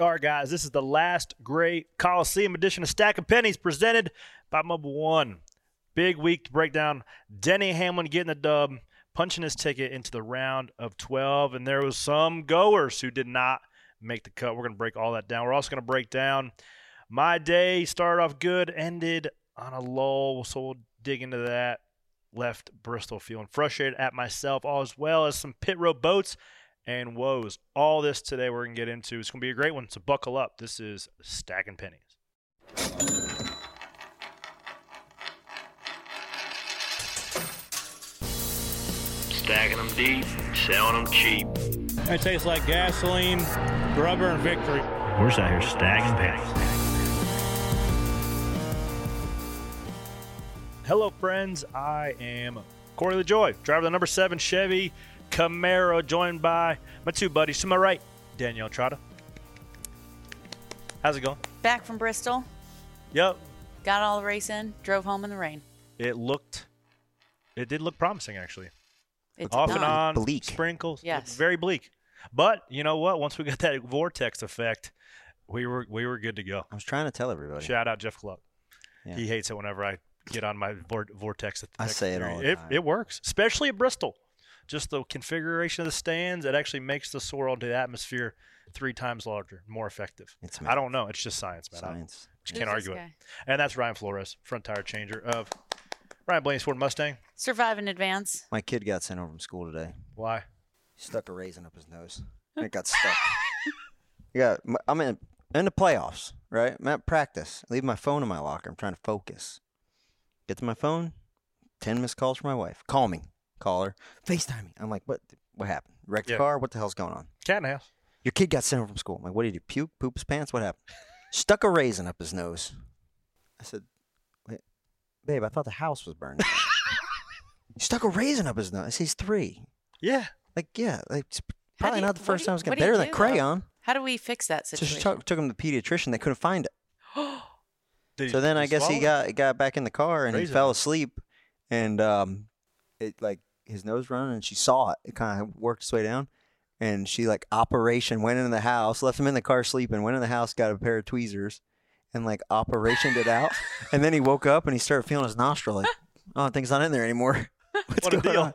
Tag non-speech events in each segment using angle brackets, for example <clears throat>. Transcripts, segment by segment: All right, guys, this is the last great Coliseum edition of Stack of Pennies presented by Mobile One. Big week to break down Denny Hamlin getting the dub, punching his ticket into the round of 12, and there was some goers who did not make the cut. We're going to break all that down. We're also going to break down my day started off good, ended on a lull, so we'll dig into that. Left Bristol feeling frustrated at myself, all as well as some pit road boats and woes. All this today we're going to get into. It's going to be a great one, so buckle up. This is Stacking Pennies. Stacking them deep, selling them cheap. It tastes like gasoline, rubber, and victory. We're just out here stacking pennies. Hello, friends. I am Corey LeJoy, driver of the number seven Chevy Camaro, joined by my two buddies to my right, Danielle Trotta. How's it going? Back from Bristol, Yep, got all the race in, drove home in the rain. it looked, it did look promising actually. It's Off and done. on, Bleak. sprinkles, Yes. very bleak. But you know what? Once we got that vortex effect, we were we were good to go. I was trying to tell everybody. Shout out Jeff Cluck. Yeah. He hates it whenever I get on my vor- vortex. I effect say it all theory. the it, time. it works, especially at Bristol. Just the configuration of the stands, it actually makes the swirl into the atmosphere three times larger, more effective. It's I don't know. It's just science, man. I- Science. you can't Who's argue it. this guy? And that's Ryan Flores, front tire changer of Ryan Blaney's Ford Mustang. Survive in advance. My kid got sent home from school today. Why? He stuck a raisin up his nose. And it got stuck. yeah, m- I'm in in the playoffs, right? I'm at practice. I leave my phone in my locker. I'm trying to focus. Get to my phone. Ten missed calls from my wife. Call me. Call her. Facetime me. I'm like, what? What happened? Wrecked Yeah. the car. What the hell's going on? Cat and a half. Your kid got sent home from school. I'm like, what did he do? Puke? Poop his pants? What happened? Stuck a raisin up his nose. I said, "Wait, babe, I thought the house <laughs> was burning. He Stuck a raisin up his nose. He's three. Yeah. Like, yeah, like, it's How probably do you- not the what first do time you- it's gonna what be do you better than do, a though? crayon. How do we fix that So she situation? took, took him to the pediatrician. They couldn't find it. Did So he- then I he guess he swallowed it? got got back in the car and Raisin he fell up. asleep, and um, it like his nose running and she saw it. It kind of worked its way down, and she like operation went into the house, left him in the car sleeping, went in the house, got a pair of tweezers, and like operationed <laughs> it out, and then he woke up and he started feeling his nostril like, oh, that thing's not in there anymore. <laughs> What's What a going deal. on?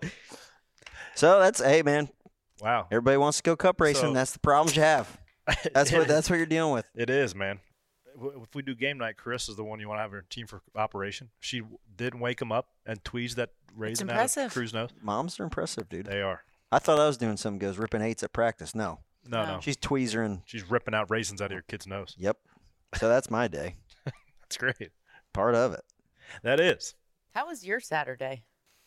So that's hey man, <laughs> Wow. everybody wants to go cup racing. So- that's the problems you have. <laughs> That's what that's what you're dealing with. It is, man. W- If we do game night, Chris is the one you want to have her team for operation. She w- didn't wake him up and tweeze that raisin out of impressive. Crew's nose. Moms are impressive, dude. They are. I thought I was doing something goes ripping eights at practice. No. No, no. She's tweezering. She's ripping out raisins out of your kid's nose. Yep. So that's my day. That's great. Part of it. That is. How was your Saturday?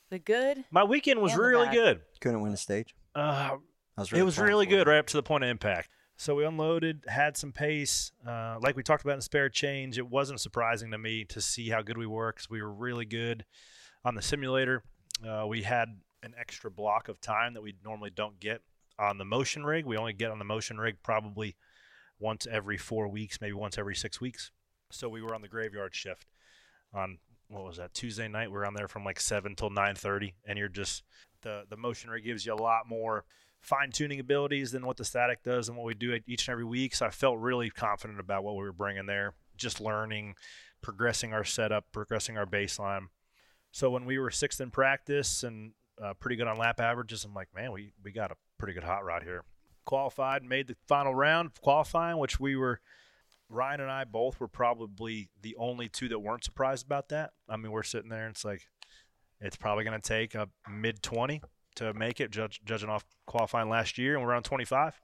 The good? My weekend was And the really bad. good. Couldn't win a stage. Uh, I was it was torn really for her. good right up to the point of impact. So we unloaded, had some pace. Uh, like we talked about in spare change, it wasn't surprising to me to see how good we were because we were really good on the simulator. Uh, we had an extra block of time that we normally don't get on the motion rig. We only get on the motion rig probably once every four weeks, maybe once every six weeks. So we were on the graveyard shift on what was that Tuesday night? We are on there from like seven till nine thirty, and you're just the the motion rig gives you a lot more fine tuning abilities than what the static does and what we do at each and every week. So I felt really confident about what we were bringing there, just learning, progressing our setup, progressing our baseline. So when we were sixth in practice and uh, pretty good on lap averages, I'm like, man, we we got a pretty good hot rod here. Qualified, made the final round of qualifying, which we were. Ryan and I both were probably the only two that weren't surprised about that. I mean, we're sitting there and it's like, it's probably going to take a mid 20 to make it, judge, judging off qualifying last year, and we're on 25.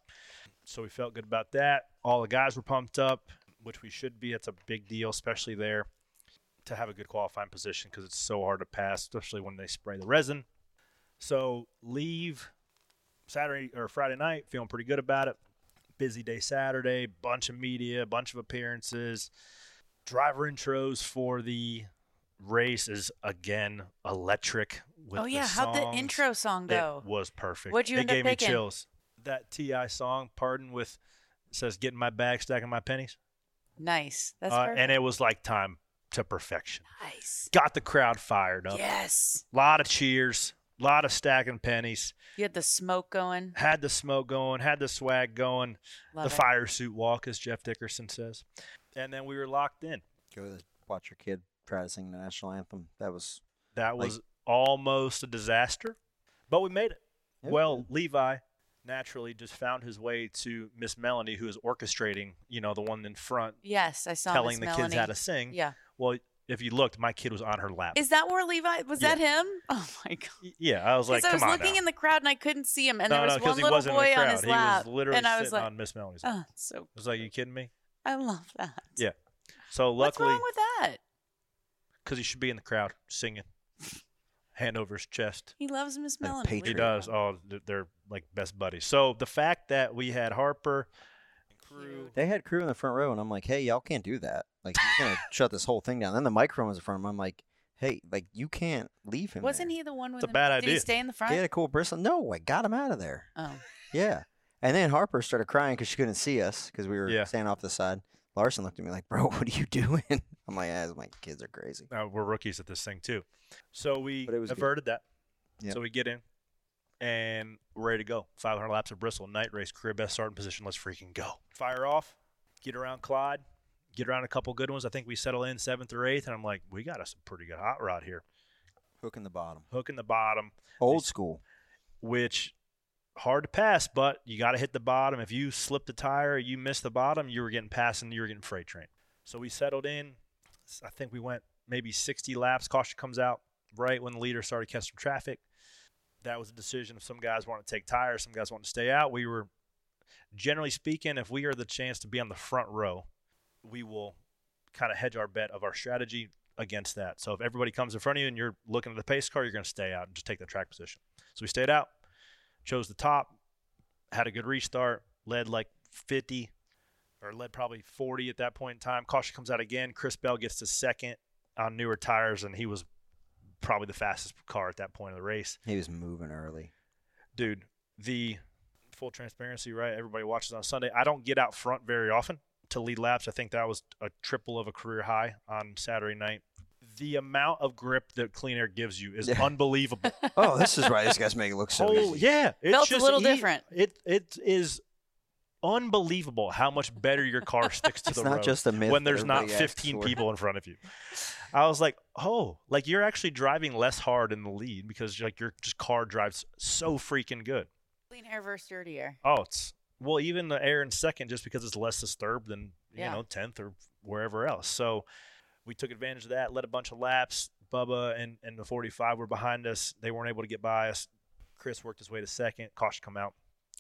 So we felt good about that. All the guys were pumped up, which we should be. It's a big deal, especially there, to have a good qualifying position because it's so hard to pass, especially when they spray the resin. So leave Saturday or Friday night feeling pretty good about it. busy day Saturday, bunch of media, bunch of appearances. Driver intros for the race is again electric. With oh the yeah, how'd the songs. intro song go? It was perfect. What'd you it end up gave picking? me chills. That Ti song, pardon, with says "Get in my bag, stacking my pennies," nice. That's Uh, perfect. and it was like time to perfection. nice. Got the crowd fired up. Yes. lot of cheers, lot of stacking pennies. You had the smoke going. Had the smoke going, had the swag going, Love the it. fire suit walk, as Jeff Dickerson says. And then we were locked in. Go to watch your kid try to sing the national anthem. That was That Like- was almost a disaster, but we made it. Yeah, we well, Levi naturally just found his way to Miss Melanie, who is orchestrating, you know, the one in front, Yes, I saw telling Miss the kids Melanie. how to sing. Yeah. Well, if you looked, my kid was on her lap. Is that where Levi was? That him? <laughs> Oh my god. Y- yeah, I was like, Because I was come on looking now. in the crowd and I couldn't see him, and no, there was no, 'cause one he little wasn't boy in the crowd. on his he lap, was literally and I was sitting like, on Miss Melanie's lap. oh, so I was like, you kidding me? I love that. Yeah. So What's luckily, wrong with that? because he should be in the crowd singing, hand over his chest. He loves Miss Like a Melanie. patriot. He does. Oh, th- they're like best buddies. So the fact that we had Harper, crew, They had crew in the front row, and I'm like, hey, y'all can't do that. Like, <laughs> you're gonna shut this whole thing down. Then the microphone was in front of him. I'm like, hey, like you can't leave him. Wasn't there. he the one with It's a the bad Did he idea. stay in the front? He had a cool bristle. No, I got him out of there. Oh, Yeah. And then Harper started crying because she couldn't see us because we were Yeah. standing off to the side. Larson looked at me like, bro, <laughs> what are you doing? I'm like, ah, my kids are crazy. uh, we're rookies at this thing too. So we But it was good. averted that. Yeah. So we get in and we're ready to go. 500 laps of Bristol, night race, career best starting position. Let's freaking go. Fire off, get around Clyde, get around a couple good ones. I think we settle in seventh or eighth, and I'm like, we got us a pretty good hot rod here. Hook in the bottom. Hook in the bottom, Old school. which hard to pass, but you got to hit the bottom. If you slip the tire, you miss the bottom, you were getting passed and you were getting freight train. So we settled in. I think we went maybe 60 laps. Caution comes out right when the leader started catching traffic. That was a decision. If some guys want to take tires, some guys want to stay out. We were, generally speaking, if we are the chance to be on the front row, we will kind of hedge our bet of our strategy against that. So if everybody comes in front of you and you're looking at the pace car, you're going to stay out and just take the track position. So we stayed out, chose the top, had a good restart, led like 50 or led probably 40 at that point in time. Caution comes out again. Chris Bell gets to second on newer tires, and he was probably the fastest car at that point of the race. He was moving early. Dude, the full transparency, right? Everybody watches on Sunday. I don't get out front very often to lead laps. I think that was a triple of a career high on Saturday night. The amount of grip that clean air gives you is Yeah. unbelievable. <laughs> oh, this is right. This guy's making it look so Oh easy. yeah, it's e- Felt a little different. It it is unbelievable how much better your car <laughs> sticks to It's the not road just a myth when that there's not everybody acts 15 for. people in front of you. I was like, oh, like you're actually driving less hard in the lead because like your just car drives so freaking good. clean air versus dirty air. Oh, it's well, even the air in second, just because it's less disturbed than you Yeah. know tenth or wherever else. So we took advantage of that, led a bunch of laps. Bubba and and the 45 were behind us. They weren't able to get by us. Chris worked his way to second. Caution come out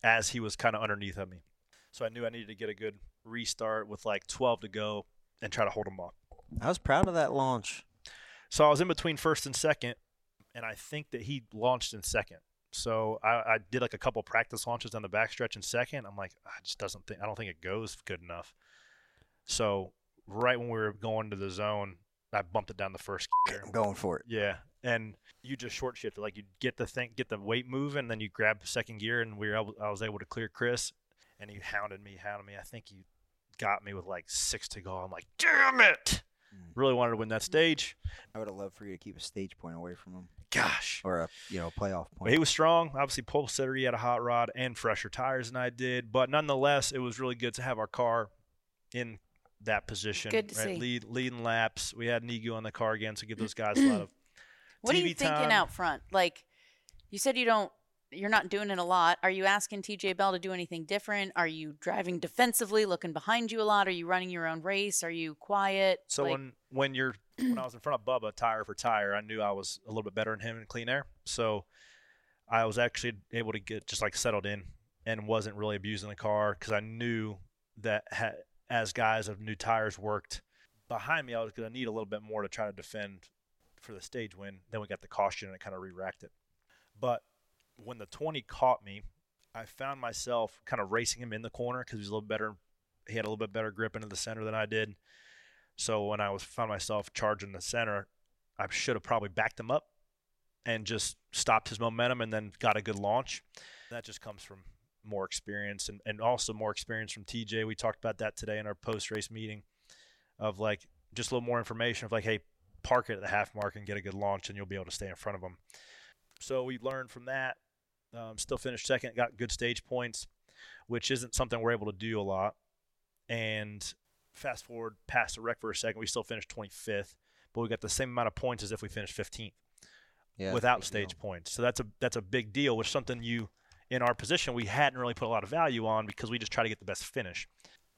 as he was kind of underneath of me. So I knew I needed to get a good restart with like 12 to go and try to hold him off. I was proud of that launch. So I was in between first and second, and I think that he launched in second. So I, I did like a couple practice launches on the backstretch in second. I'm like, I just doesn't think I don't think it goes good enough. So right when we were going to the zone, I bumped it down the first. gear. I'm going for it. Yeah, and you just short shift it. Like you get the thing, get the weight move, and then you grab second gear, and we were able, I was able to clear Chris, and he hounded me, hounded me. I think he got me with like six to go. I'm like, damn it! Really wanted to win that stage. I would have loved for you to keep a stage point away from him Gosh. or a you know playoff Well, point. He was strong. Obviously, Paul said he had a hot rod and fresher tires than I did, but nonetheless, it was really good to have our car in that position. Good to see. Lead, leading laps. We had Nigu on the car again, <clears throat> so give those guys a lot of. What are TV you thinking time. out front? Like, you said you don't, you're not doing it a lot. Are you asking TJ Bell to do anything different? Are you driving defensively, looking behind you a lot? Are you running your own race? Are you quiet? So Like, when when you're when I was in front of Bubba tire for tire, I knew I was a little bit better than him in clean air. So I was actually able to get just like settled in and wasn't really abusing the car because I knew that ha- as guys of new tires worked behind me, I was going to need a little bit more to try to defend for the stage win. Then we got the caution and it kind of re-racked it. But when the 20 caught me, I found myself kind of racing him in the corner because he's a little better. He had a little bit better grip into the center than I did. So when I was found myself charging the center, I should have probably backed him up and just stopped his momentum and then got a good launch. That just comes from more experience and, and also more experience from TJ. We talked about that today in our post race meeting of like just a little more information of like, hey, park it at the half mark and get a good launch and you'll be able to stay in front of them. So we learned from that. Um, still finished second, got good stage points, which isn't something we're able to do a lot. And fast forward past the wreck for a second, we still finished 25th, but we got the same amount of points as if we finished 15th Yeah, without big stage deal. points. So that's a that's a big deal, which is something you in our position we hadn't really put a lot of value on because we just try to get the best finish.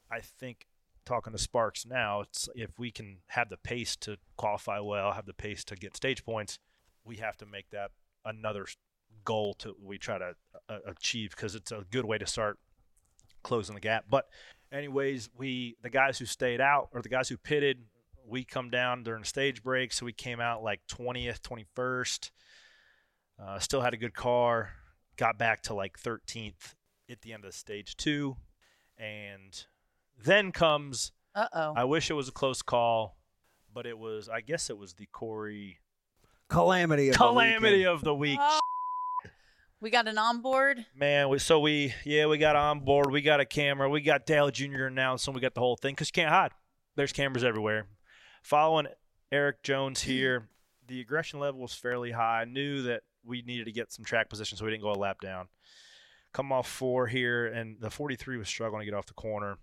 I think talking to Sparks now, it's if we can have the pace to qualify well, have the pace to get stage points, we have to make that another goal to we try to uh, achieve because it's a good way to start closing the gap. But anyways, we the guys who stayed out or the guys who pitted, we come down during stage break, so we came out like 20th, 21st. Uh, still had a good car. Got back to like 13th at the end of stage two, and then comes Uh oh. I wish it was a close call, but it was I guess it was the Corey Calamity. Of calamity The of the week. Oh. <laughs> We got an onboard. Man, we, so we yeah we got on board, we got a camera, we got Dale Jr. announcing, we got the whole thing because you can't hide. There's cameras everywhere. Following Eric Jones here, the aggression level was fairly high. I knew that we needed to get some track position, so we didn't go a lap down. Come off four here, and the 43 was struggling to get off the corner.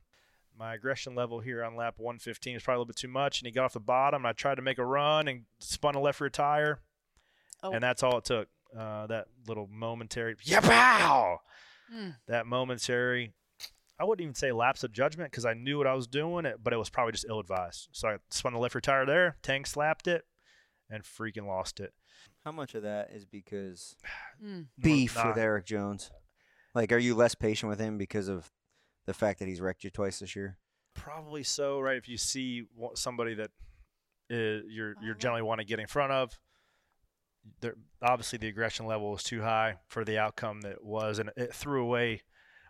My aggression level here on lap 115 is probably a little bit too much, and he got off the bottom. And I tried to make a run and spun a left rear tire, Oh. and that's all it took. Uh, that little momentary, yeah, pow! Mm. That momentary, I wouldn't even say lapse of judgment because I knew what I was doing, it, but it was probably just ill advised. So I spun the left rear tire there, tank slapped it, and freaking lost it. How much of that is because Mm. beef Nah. with Eric Jones? Like, are you less patient with him because of the fact that he's wrecked you twice this year? Probably so, right? If you see wa- somebody that uh, you're you're Oh. generally want to get in front of, there obviously the aggression level was too high for the outcome that it was, and it threw away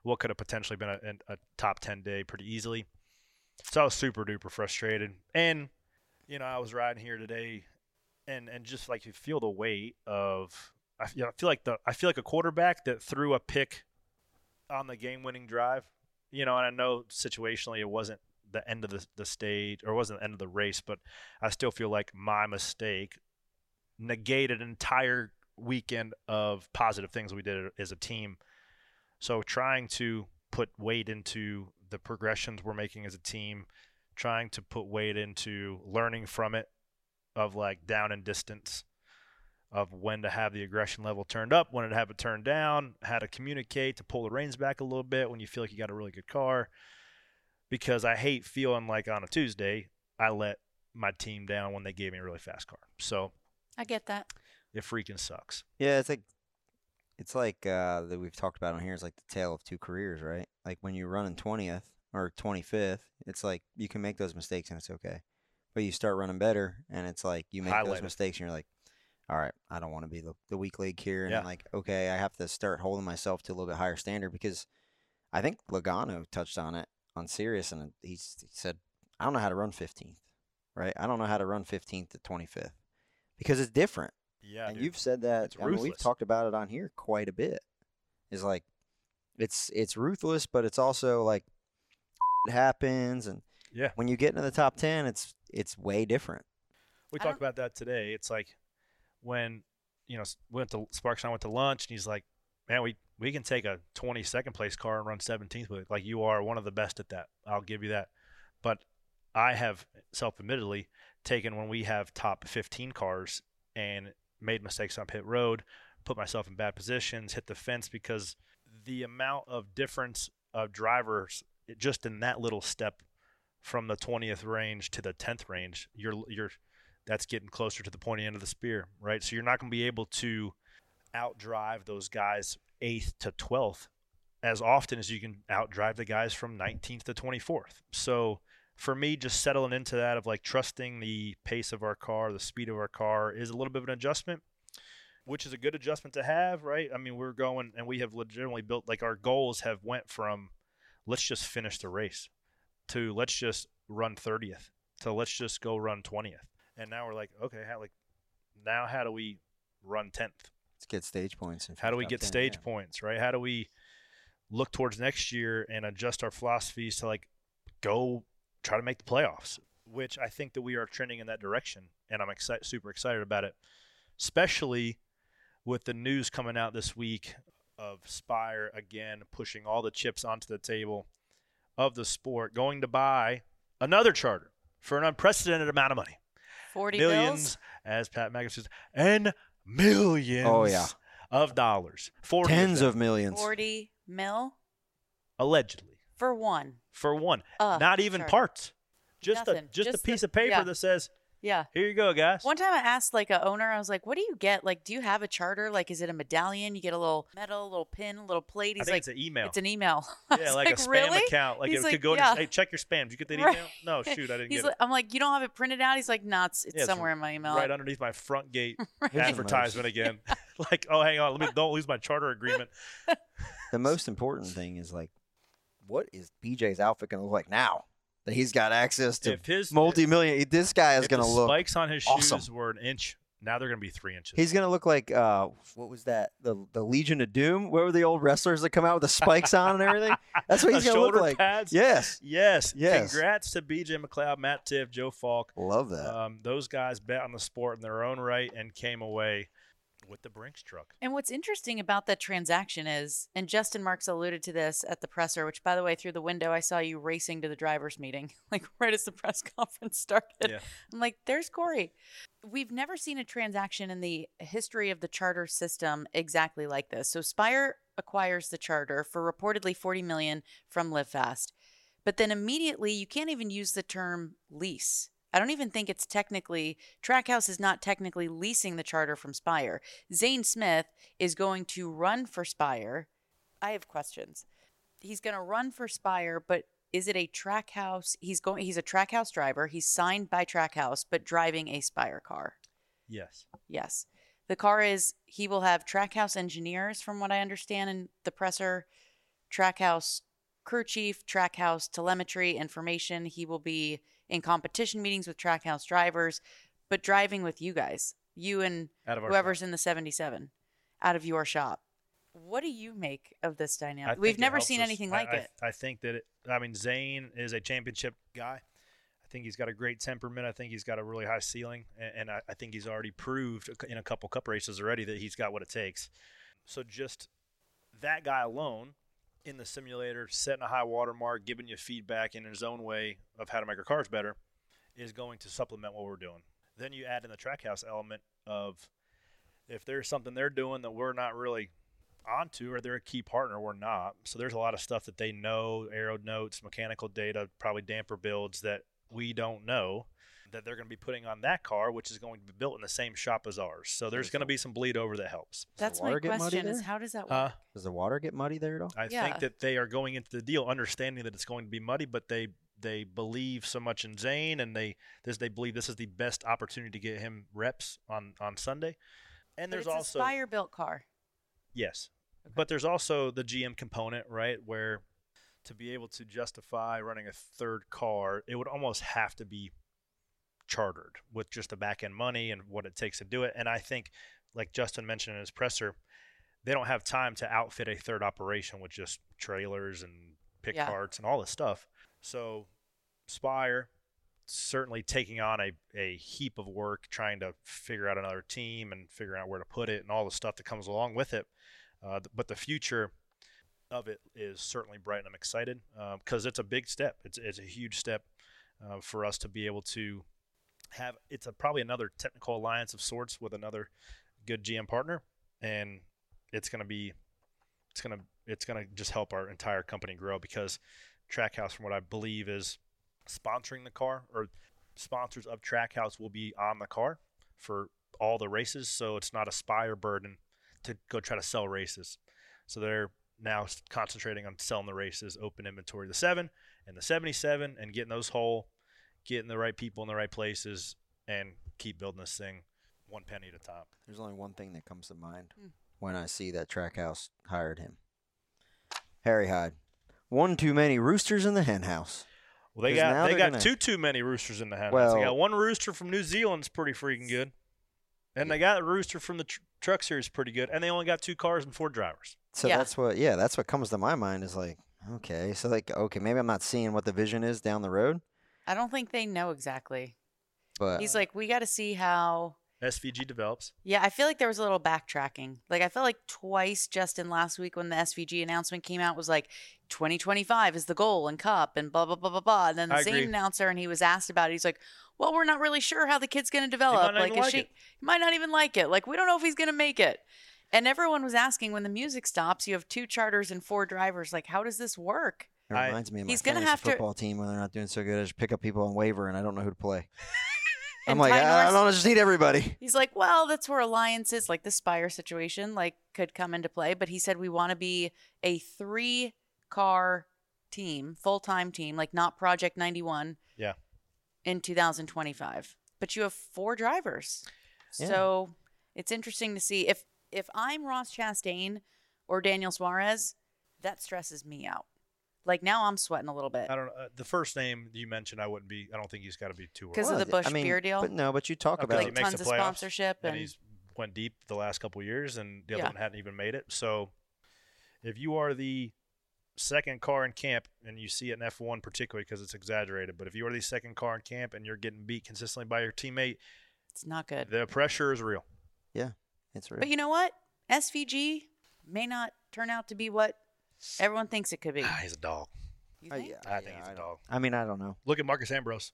what could have potentially been a, an- a top ten day pretty easily. So I was super duper frustrated, and you know I was riding here today, and and just like you feel the weight of I, f- you know, I feel like the I feel like a quarterback that threw a pick on the game winning drive you know, and I know situationally it wasn't the end of the, the stage or it wasn't the end of the race, but I still feel like my mistake negated an entire weekend of positive things we did as a team. So trying to put weight into the progressions we're making as a team, trying to put weight into learning from it of like down and distance of when to have the aggression level turned up, when to have it turned down, how to communicate, to pull the reins back a little bit when you feel like you got a really good car. Because I hate feeling like on a Tuesday, I let my team down when they gave me a really fast car. So I get that. it freaking sucks. Yeah, it's like it's like uh, that we've talked about on here. It's like the tale of two careers, right? Like when you're running twentieth or twenty fifth, it's like you can make those mistakes and it's okay. But you start running better, and it's like you make Highlight those it. mistakes, and you're like, "All right, I don't want to be the, the weak league here." And Yeah. I'm like, okay, I have to start holding myself to a little bit higher standard because I think Logano touched on it on Sirius, and he's, he said, "I don't know how to run fifteenth, right? I don't know how to run fifteenth to twenty fifth because it's different." Yeah. and you've said that It's I mean, we've ruthless. talked about it on here quite a bit is like it's it's ruthless but it's also like <laughs> it happens and Yeah. when you get into the top 10 it's it's way different We I talked don't- about that today. It's like when you know s- we went to Sparks and I went to lunch, and he's like, "Man, we we can take a 22nd place car and run 17th with it. Like you are one of the best at that. I'll give you that." But I have self admittedly taken when we have top 15 cars and made mistakes on pit road, put myself in bad positions, hit the fence because the amount of difference of drivers it- just in that little step from the 20th range to the 10th range, you're you're that's getting closer to the pointy end of the spear, right? So you're not going to be able to outdrive those guys eighth to twelfth as often as you can outdrive the guys from 19th to 24th. So for me, just settling into that of like trusting the pace of our car, the speed of our car is a little bit of an adjustment. which is a good adjustment to have, right? I mean, we're going and we have legitimately built like our goals have went from let's just finish the race to let's just run 30th to let's just go run 20th. And now we're like, okay, how like now how do we run 10th? Let's get stage points. and How do we finish get top 10, stage yeah. points, right? How do we look towards next year and adjust our philosophies to like go try to make the playoffs, which I think that we are trending in that direction. And I'm excited, super excited about it, especially with the news coming out this week of Spire again pushing all the chips onto the table of the sport, going to buy another charter for an unprecedented amount of money. 40 millions, bills. as Pat McAfee says, and millions Oh, yeah. of dollars. 40 Tens them, of millions. 40 mil allegedly for one. for one. Uh, Not even sorry. parts. Just a Nothing. just, a Just piece the- of paper yeah. that says, Yeah. "Here you go, guys." One time I asked like a owner, I was like, "What do you get? Like, do you have a charter? Like, is it a medallion? You get a little medal, a little pin, a little plate." I He's think like, it's an email. "It's an email." <laughs> <laughs> I yeah, was like, a spam really? account. Like He's it could go. yeah. In, hey, check your spam. Did you get that Right. email? <laughs> No, shoot, I didn't He's get like, it. I'm like, you don't have it printed out. He's like, nah, it's, it's Yeah, it's somewhere in my email. Right underneath my front <laughs> gate <laughs> the advertisement most- again. <laughs> like, oh, hang on, let me don't lose my charter agreement. <laughs> The most important thing is like, what is BJ's outfit going to look like now that he's got access to If his- multi-million? This guy is If the going to look. spikes on his awesome. shoes were an inch. Now they're going to be three inches. He's going to look like uh, what was that? The the Legion of Doom. Where were the old wrestlers that come out with the spikes on and everything? <laughs> That's what The he's going to look shoulder like. pads? Yes, yes, Yes. Congrats to BJ McLeod, Matt Tiff, Joe Falk. love that. Um, those guys bet on the sport in their own right and came away with the Brinks truck. And what's interesting about that transaction is, and Justin Marks alluded to this at the presser, which, by the way, through the window, I saw you racing to the driver's meeting, <laughs> like right as the press <laughs> conference started. Yeah. I'm like, there's Corey. We've never seen a transaction in the history of the charter system exactly like this. So Spire acquires the charter for reportedly 40 million from LiveFast. But then immediately you can't even use the term lease. I don't even think it's technically Trackhouse is not technically leasing the charter from Spire. Zane Smith is going to run for Spire. I have questions. He's going to run for Spire, but is it a Trackhouse? He's going. He's a Trackhouse driver. He's signed by Trackhouse, but driving a Spire car. Yes. Yes, the car is. He will have Trackhouse engineers, from what I understand, in the presser. Trackhouse crew chief, Trackhouse telemetry information. He will be in competition meetings with Trackhouse drivers, but driving with you guys, you and Out of our whoever's in the 77 out of your shop. What do you make of this I dynamic? think We've it never helps seen us. anything I- like I, it. I think that it, I mean Zane is a championship guy. I think he's got a great temperament. I think he's got a really high ceiling, and, and I, I think he's already proved in a couple cup races already that he's got what it takes. So just that guy alone in the simulator, setting a high watermark, giving you feedback in his own way of how to make our cars better, is going to supplement what we're doing. Then you add in the trackhouse element of if there's something they're doing that we're not really onto or they're a key partner we're not so there's a lot of stuff that they know aero notes mechanical data probably damper builds that we don't know that they're going to be putting on that car which is going to be built in the same shop as ours so there's going to be some bleed over that helps That's my water get muddy question is there? how does that work? uh, Does the water get muddy there at all? i Yeah. think that they are going into the deal understanding that it's going to be muddy but they they believe so much in zane and they this they believe this is the best opportunity to get him reps on on sunday and But there's it's also a Spire built car. Yes. But there's also the GM component, right? Where to be able to justify running a third car, it would almost have to be chartered with just the back end money and what it takes to do it. And I think, like Justin mentioned in his presser, they don't have time to outfit a third operation with just trailers and pick Yeah. carts and all this stuff. So Spire certainly taking on a, a heap of work trying to figure out another team and figuring out where to put it and all the stuff that comes along with it. Uh, th- but the future of it is certainly bright, and I'm excited because it's a big step. It's, it's a huge step uh, for us to be able to have. It's a, probably another technical alliance of sorts with another good GM partner, and it's going to be it's going to it's going to just help our entire company grow because Trackhouse, from what I believe, is sponsoring the car or sponsors of Trackhouse will be on the car for all the races. So it's not a spire burden to go try to sell races. So they're now s- concentrating on selling the races, open inventory, the seven and the 77, and getting those whole, getting the right people in the right places, and keep building this thing one penny at a time. There's only one thing that comes to mind Hmm. when I see that track house hired him. Harry Hyde. One too many roosters in the hen house. Well, they 'Cause now got they they're got gonna- two too many roosters in the house. they Well- got one rooster from New Zealand's pretty freaking good, and they got a rooster from the tr- truck series pretty good, and they only got two cars and four drivers. So Yeah. that's what yeah, that's what comes to my mind is like, okay, so like okay, maybe I'm not seeing what the vision is down the road, I don't think they know exactly. but He's like, we got to see how. SVG develops. Yeah, I feel like there was a little backtracking. Like I felt like twice Justin last week when the SVG announcement came out was like 2025 is the goal and cup and blah blah blah blah blah. And then the I same agree. announcer and he was asked about it. He's like, "Well, we're not really sure how the kid's going to develop. not Like, even is like she it." he might not even like it. Like we don't know if he's going to make it." And everyone was asking when the music stops, you have two charters and four drivers. Like, how does this work? it I- reminds me of my he's gonna fantasy have to- football team when they're not doing so good. I just pick up people on waiver and I don't know who <laughs> to play. I'm And like, "Ah, Ty I, I Norris- don't know, just need everybody. He's like, well, that's where alliances like the Spire situation like could come into play. But he said we want to be a three car team, full time team, like not Project 91 Yeah, in 2025. But you have four drivers. Yeah. So it's interesting to see if if I'm Ross Chastain or Daniel Suarez, that stresses me out. Like now I'm sweating a little bit. I don't know. Uh, the first name you mentioned, I wouldn't be. I don't think he's got to be too. Because of worried. the Bush I mean, beer deal? But no, but you talk Uh, 'cause about he Like, makes tons the of playoffs, sponsorship and- he's went deep the last couple years, and the other Yeah. one hadn't even made it. So, if you are the second car in camp, and you see it in F1 particularly because it's exaggerated, but if you are the second car in camp and you're getting beat consistently by your teammate, It's not good. the pressure is real. yeah, it's real. But you know what? SVG may not turn out to be what everyone thinks it <sighs> could be. Ah, he's a dog. You I, think? Oh, yeah, I think yeah, he's I a don't- dog. I mean, I don't know. Look at Marcus Ambrose.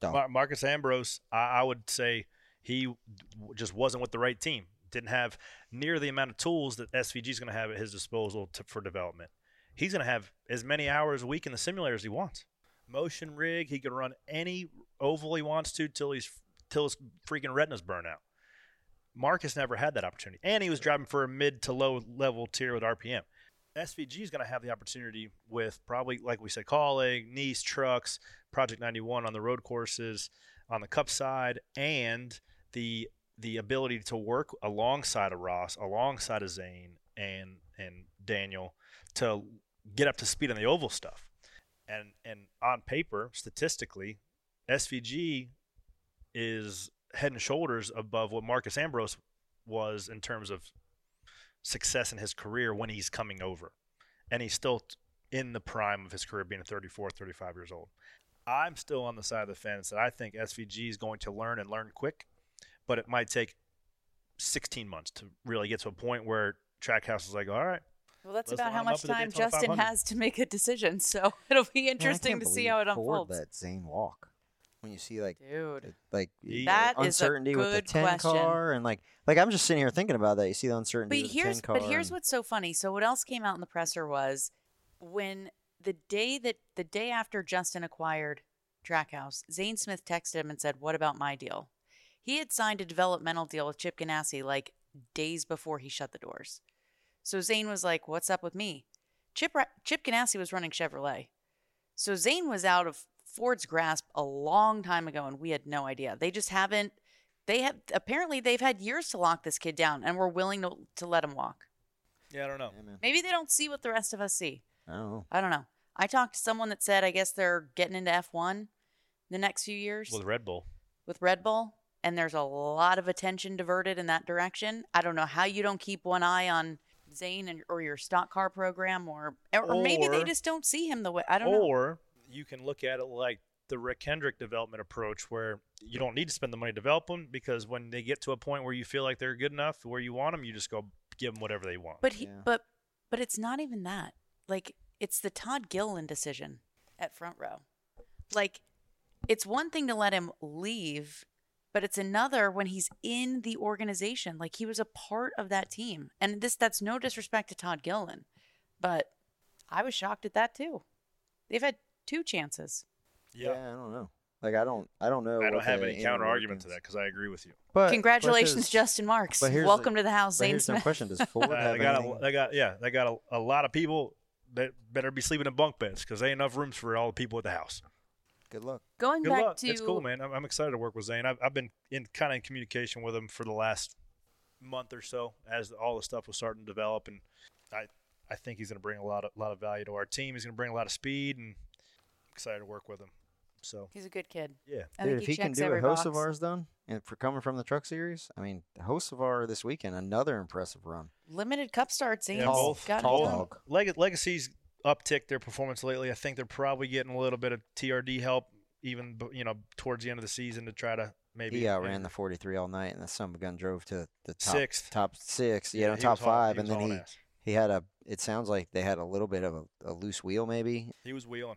Dog. Mar- Marcus Ambrose, I, I would say he w- just wasn't with the right team. Didn't have near the amount of tools that SVG is going to have at his disposal to, for development. He's going to have as many hours a week in the simulator as he wants. Motion rig, he can run any oval he wants to till he's till his freaking retinas burn out. Marcus never had that opportunity, and he was driving for a mid to low level tier with RPM. SVG is going to have the opportunity with probably, like we said, calling, Nice, Trucks, Project 91 on the road courses, on the cup side, and the the ability to work alongside of Ross, alongside of Zane and and Daniel to get up to speed on the oval stuff. And and on paper, statistically, SVG is head and shoulders above what Marcus Ambrose was in terms of success in his career when he's coming over. And he's still t- in the prime of his career, being 34, 35 years old. I'm still on the side of the fence that I think SVG is going to learn and learn quick, but it might take 16 months to really get to a point where Trackhouse is like, all right, Well, that's Let's about how line 'em up much with the time Daytona Justin 500. has to make a decision. So <laughs> it'll be Man, I interesting can't to see believe how it Ford unfolds. Let Zane walk. When you see like Dude, like He- That is a uncertainty with the good 10 question. car and like like I'm just sitting here thinking about that. You see the but uncertainty with the 10 here's car. but here's and- what's so funny. So what else came out in the presser was when the day that the day after Justin acquired Trackhouse, Zane Smith texted him and said, "What about my deal?" He had signed a developmental deal with Chip Ganassi like days before he shut the doors. So Zane was like, "What's up with me?" Chip Ra- Chip Ganassi was running Chevrolet, so Zane was out of Ford's grasp a long time ago, and we had no idea. They just haven't. They have apparently they've had years to lock this kid down, and we're willing to to let him walk. yeah, I don't know. Yeah, man. Maybe they don't see what the rest of us see. I don't know. I don't know. I talked to someone that said I guess they're getting into F1 the next few years With Red Bull, with Red Bull, and there's a lot of attention diverted in that direction. I don't know how you don't keep one eye on Zane and, or your stock car program, or, or maybe they Or- just don't see him the way I don't know. or you can look at it like the Rick Hendrick development approach, where you don't need to spend the money to develop them because when they get to a point where you feel like they're good enough, where you want them, you just go give them whatever they want. But he, Yeah. but, but it's not even that. Like it's the Todd Gilliland decision at front row. Like it's one thing to let him leave, but it's another when he's in the organization. Like he was a part of that team, and this that's no disrespect to Todd Gilliland, but I was shocked at that too. They've had two chances. Yeah. I don't know. Like I don't I don't know. I don't what have the any inner counter argument to that workings- because I agree with you. But but Congratulations, does- Justin Marks. but here's Welcome to the house, but Zane here's Smith. the <laughs> question: Does Ford Uh, have they got, anything- a, they got, yeah, they got a, a lot of people that better be sleeping in bunk beds because ain't enough rooms for all the people at the house. Good luck. Going Good back luck. to It's cool, man. I'm, I'm excited to work with Zane. I've, I've been in kind of in communication with him for the last month or so as all the stuff was starting to develop, and I I think he's going to bring a lot of lot of value to our team. He's going to bring a lot of speed, and I'm excited to work with him. So he's a good kid. yeah, I Dude, think if he, he can checks do every what box. Hosovar's done, and for coming from the Truck Series, I mean, Hosovar this weekend, another impressive run. Limited cup starts. Ian. Yeah, both- Got it tall done. dog. Leg- Legacy's upticked their performance lately. I think they're probably getting a little bit of TRD help, even b- you know towards the end of the season to try to maybe he outran the 43 all night, and the son of a gun drove to the top Sixth. top six, yeah, no, he top was hauling- five, was and then he hauling ass. he had a. It sounds like they had a little bit of a, a loose wheel, maybe. he was wheeling.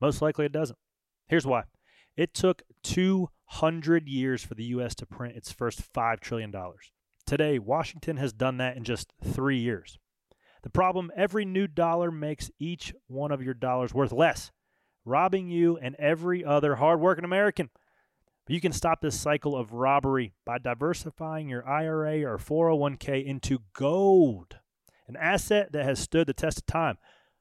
Most likely it doesn't. Here's why it took 200 years for the U.S. to print its first $5 trillion. Today, Washington has done that in just three years. The problem every new dollar makes each one of your dollars worth less, robbing you and every other hardworking American. But you can stop this cycle of robbery by diversifying your IRA or 401k into gold an asset that has stood the test of time.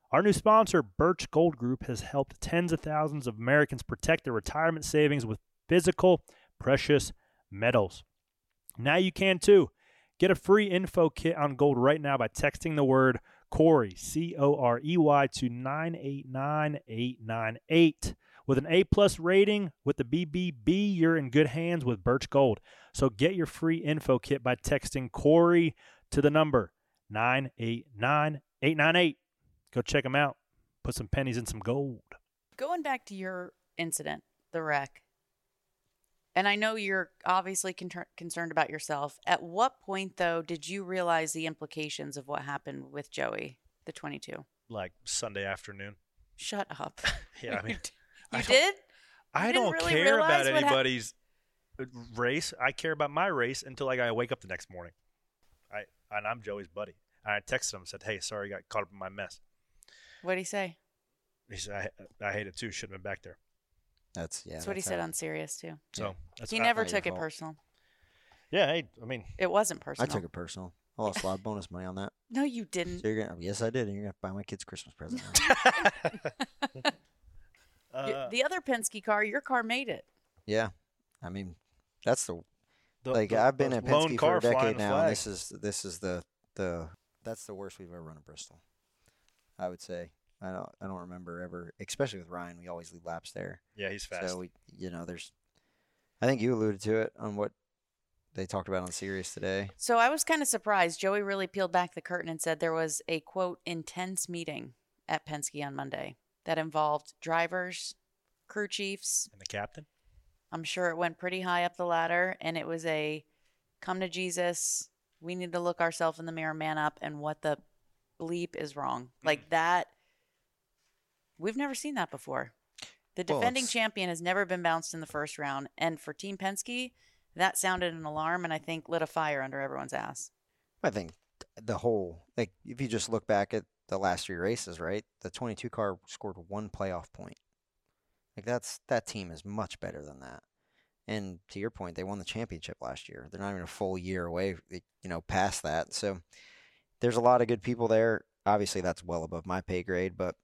Our new sponsor, Birch Gold Group, has helped tens of thousands of Americans protect their retirement savings with physical precious metals. Now you can too. Get a free info kit on gold right now by texting the word Corey, C O R E Y, to 989898. With an A plus rating with the BBB, you're in good hands with Birch Gold. So get your free info kit by texting Corey to the number 989-898. Go check them out. Put some pennies in some gold. Going back to your incident, the wreck, and I know you're obviously con- concerned about yourself. At what point, though, did you realize the implications of what happened with Joey, the 22? Like Sunday afternoon. Shut up. <laughs> Yeah, I mean, you d- I you don't- did? I You didn't don't really care about realize what hap- anybody's uh, race. I care about my race until like I wake up the next morning. I and I'm Joey's buddy. I texted him and said, "Hey, sorry, I got caught up in my mess." What'd he say? He said, "I, I hate it too. Shouldn't have been back there." That's yeah. that's what he that's said how- on Sirius, too. So Yeah. that's he I- never not your took it fault. personal. Yeah, hey, I mean, It wasn't I personal. took it personal. I lost a lot of bonus money on that. No, you So didn't. you're gonna, yes, I did, and you're gonna buy my kids Christmas present. now. <laughs> Y- uh, the other Penske car, your car made it. yeah, I mean, that's the the- like the- I've been the at lone Penske for car a flying decade the now, flag. and this is this is the the that's the worst we've ever run at Bristol. I would say I don't I don't remember ever, especially with Ryan. We always lead laps there, yeah, he's fast. so we you know there's. I think you alluded to it on what they talked about on Sirius today. So I was kind of surprised. Joey really peeled back the curtain and said there was a quote intense meeting at Penske on Monday that involved drivers, crew chiefs. and the captain. I'm sure it went pretty high up the ladder and it was a come to Jesus. We need to look ourselves in the mirror, man up, and what the bleep is Mm. wrong. Like that we've never seen that before. The Well, defending it's- champion has never been bounced in the first round, and for Team Penske, that sounded an alarm and I think lit a fire under everyone's ass. I think the whole like if you just look back at the last three races, right? The 22 car scored one playoff point. Like that's that team is much better than that. And to your point, they won the championship last year. They're not even a full year away, you know, past that. So there's a lot of good people there. Obviously, that's well above my pay grade, but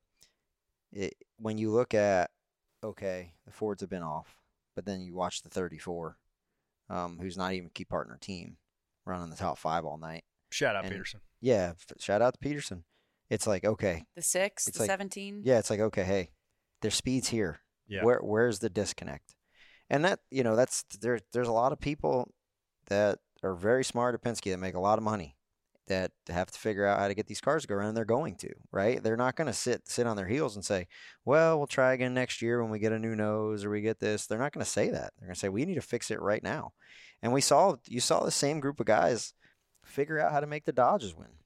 it, when you look at okay, the Fords have been off, but then you watch the 34, um, who's not even a key partner team, running the top five all night. Shout out And- Peterson. Yeah, f- shout out to Peterson. It's like okay, The six, It's the like- seventeen. yeah, it's like okay, hey, their speed's here. Yeah. Where where's the disconnect? And that you know that's there. There's a lot of people that are very smart at Penske that make a lot of money that have to figure out how to get these cars to go around. And they're going to right. They're not going to sit sit on their heels and say, "Well, we'll try again next year when we get a new nose or we get this." They're not going to say that. They're going to say, "We need to fix it right now." And we saw you saw the same group of guys figure out how to make the Dodgers win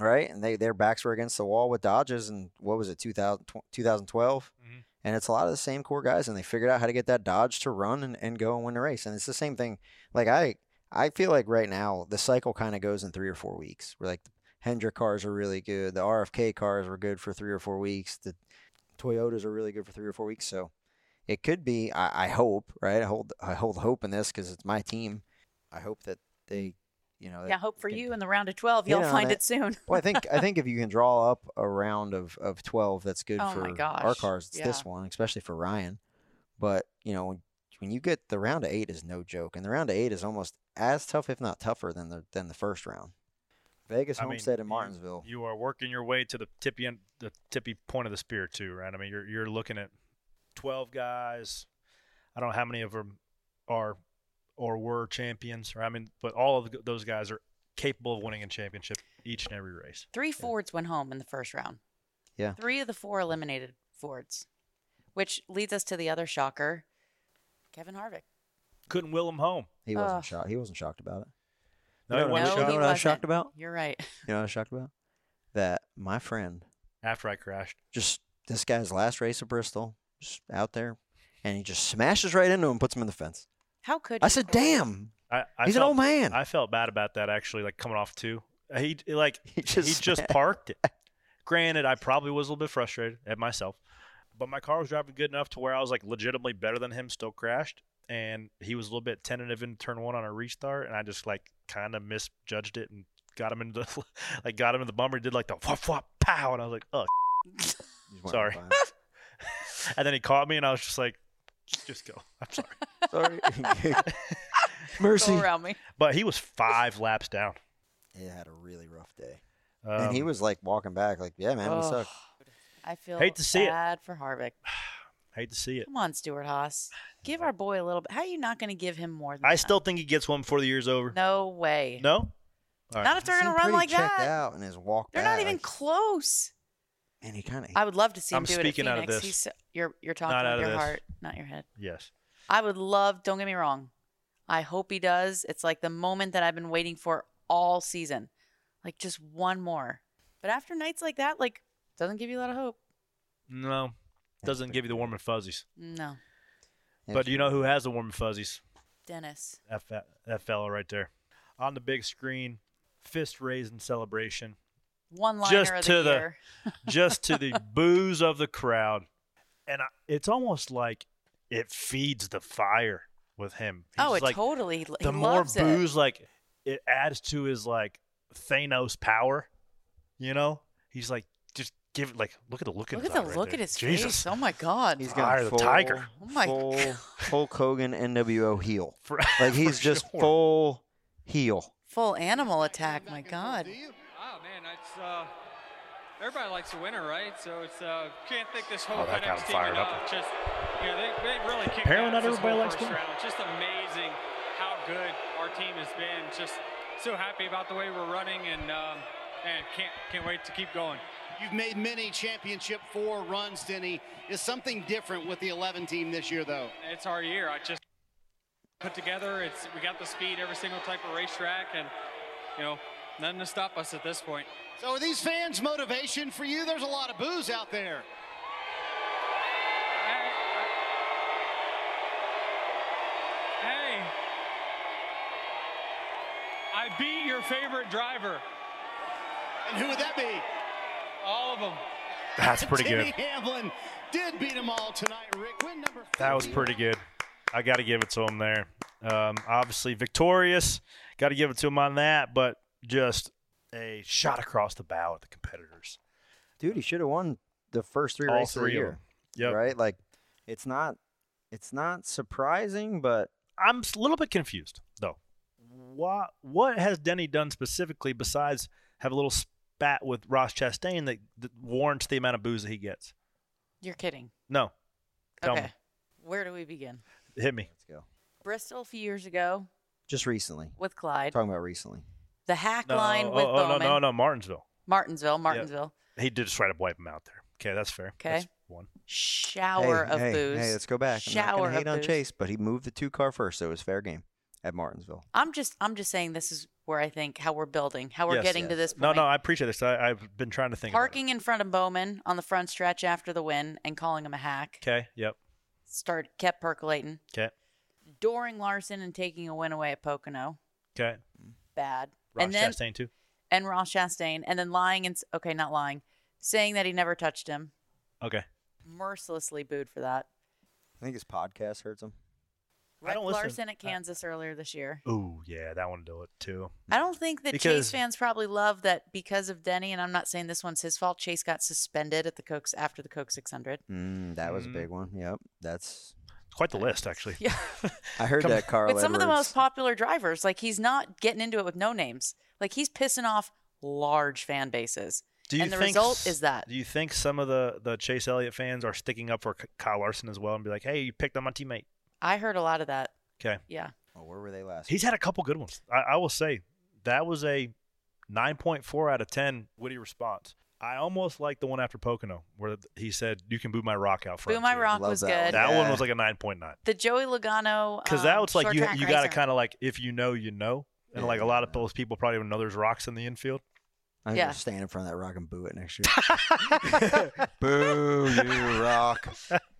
right? And they their backs were against the wall with Dodges and what was it 2000, 2012? Mhm. And it's a lot of the same core guys, and they figured out how to get that Dodge to run and, and go and win the race. And it's the same thing. Like I I feel like right now the cycle kind of goes in three or four weeks. Where like the Hendrick cars are really good, the RFK cars were good for three or four weeks, the Toyotas are really good for three or four weeks. So it could be. I, I hope right. I hold I hold hope in this because it's my team. I hope that they you know that Yeah, hope for they can- you in the round of 12. You You'll know, find that- it soon. well, I think <laughs> I think if you can draw up a round of, of twelve, that's good Oh for my our gosh, cars. It's this yeah. one, especially for Ryan. But you know, when, when you get the round of eight is no joke, and the round of eight is almost as tough, if not tougher, than the than the first round. Vegas I mean, Homestead and you- Martinsville. You are working your way to the tippy end, the tippy point of the spear too, right? I mean, you're you're looking at twelve guys. I don't know how many of them are or were champions, right? I mean, but all of those guys are capable of winning a championship each and every race. Three Fords went home in the first round. Yeah. Three of the four eliminated Fords, which leads us to the other shocker Kevin Harvick. Couldn't will them home. he wasn't Ugh. shocked. He wasn't shocked about it. No, You he know what wasn't I- you know shocked. he what I was wasn't. shocked about? You're right. <laughs> You know what I was shocked about? That my friend After I crashed, just this guy's last race at Bristol, just out there, and he just smashes right into him, and puts him in the fence. How could I you? said, <laughs> "Damn, I, I he's an felt- old man." I felt bad about that actually, like coming off two. He like <laughs> He he just just, parked <laughs> it. Granted, I probably was a little bit frustrated at myself, but my car was driving good enough to where I was like legitimately better than him. Still crashed, and he was a little bit tentative in turn one on a restart, and I just like kind of misjudged it and got him into the, <laughs> like got him in the bummer. Did like the whop whop pow, and I was like, oh. He's one of Sorry. mine. And then he caught me, and I was just like, just go. I'm sorry. <laughs> Sorry. Go around me. But he was five laps down. It had a really rough day. Um, and he was like walking back, like, yeah, man, we Ugh. suck. I feel Hate to see it. bad for Harvick. hate to see it. Come on, Stuart <sighs> Haas. Give our boy a little bit. How are you not going to give him more than I that? still think he gets one before the year's over. No way. No? All right. Not if they're going to run like checked that. out and his walk They're back. not even close. And he kind of. I would love to see him I'm do speaking it at out Phoenix. of this. He's so- you're you're talking Not out with of your this. heart, not your head. Yes. I would love, don't get me wrong. I hope he does. It's like the moment that I've been waiting for all season. Like just one more. But after nights like that, like doesn't give you a lot of hope. No. Doesn't give you the warm and fuzzies. No. But you know who has the warm and fuzzies? Dennis. That, fa- that fellow right there. On the big screen, fist raising celebration. One liner Just of the to the- year. just to the booze of the crowd. And I, it's almost like it feeds the fire with him. He's oh, it like, totally. he the more loves it. booze, like it adds to his like Thanos power. You know, he's like just give like look at the look in Look his at the eye right look there. at his Jesus. face. Oh my God. he's Eye got of the tiger. Oh my full God. Hulk Hogan NWO heel. <laughs> For- Like he's for just sure. full heel. Full animal attack. My God. Oh man, it's uh, everybody likes a winner, right? So it's uh, can't think this whole Oh, that got FedEx him team fired up. enough. Just you know, they, they really kicked Apparently ass not this whole everybody likes first winning. round. Just amazing how good our team has been. Just so happy about the way we're running, and um, and can't can't wait to keep going. You've made many championship four runs, Denny. Is something different with the 11 team this year, though? It's our year. I just put together. It's we got the speed, every single type of racetrack, and you know, nothing to stop us at this point. So are these fans motivation for you? There's a lot of booze out there. Hey. Hey. I beat your favorite driver. And who would that be? All of them. That's pretty <laughs> Denny good. Hamlin did beat them all tonight, Rick. Win number That was 50. pretty good. I got to give it to him there. Um, obviously victorious. Got to give it to him on that, but just a shot across the bow at the competitors. Dude, he should have won the first three All races three of the of year. them. Yep. Right? Like it's not it's not surprising, but I'm s- a little bit confused though. What what has Denny done specifically besides have a little spat with Ross Chastain that, that warrants the amount of booze that he gets? You're kidding. No, Tell okay. me. Where do we begin? Hit me. Let's go. Bristol a few years ago Just recently. with Clyde. Talking about recently. The hack No, line oh, with oh, no, Bowman. no, no, Martinsville. Martinsville, Martinsville. He did just try to wipe him out there. Okay, that's fair. Okay. That's one. Shower hey, of hey, booze. Hey, let's go back. I'm not Shower gonna of hate on booze. Chase, but he moved the two car first, so it was fair game at Martinsville. I'm just I'm just saying this is where I think how we're building, how we're Yes, getting to yes. this point. No, no, I appreciate this. I, I've been trying to think. about it. Parking in front of Bowman on the front stretch after the win and calling him a hack. Okay. Yep. Start kept percolating. Okay. Doring Larson and taking a win away at Pocono. Okay. Bad. Ross and then Chastain too. and Ross Chastain and then lying and s- okay, not lying, saying that he never touched him. Okay. Mercilessly booed for that. I think his podcast hurts him. I don't Rick listen- Larson at I- Kansas earlier this year. Ooh, yeah, that one do it too. I don't think that Chase Because- fans probably love that because of Denny, and I'm not saying this one's his fault. Chase got suspended at the Cokes after the Coke 600. Mm, that was a Mm. big one. Yep. That's Quite the list, actually. <laughs> Yeah, <laughs> I heard Come- that Carl with some of the Edwards- most popular drivers, like he's not getting into it with no names. Like he's pissing off large fan bases. Do you And the think result s- is that. Do you think some of the the Chase Elliott fans are sticking up for K- Kyle Larson as well and be like, "Hey, you picked on my teammate." I heard a lot of that. Okay. Yeah, Oh, where were they last? He's had a couple good ones. I, I will say that was a 9.4 out of 10 witty response. I almost like the one after Pocono where he said, "You can boo my rock out front." Boo My too." Rock Love was that good. one. That one Yeah. was like a 9.9. The Joey Logano Because um, that was like you you got to kind kind of like if you know you know, and Yeah, like a you lot of know. those people probably don't know there's rocks in the infield. I'm Yeah. gonna stand in front of that rock and boo it next year. <laughs> <laughs> boo you rock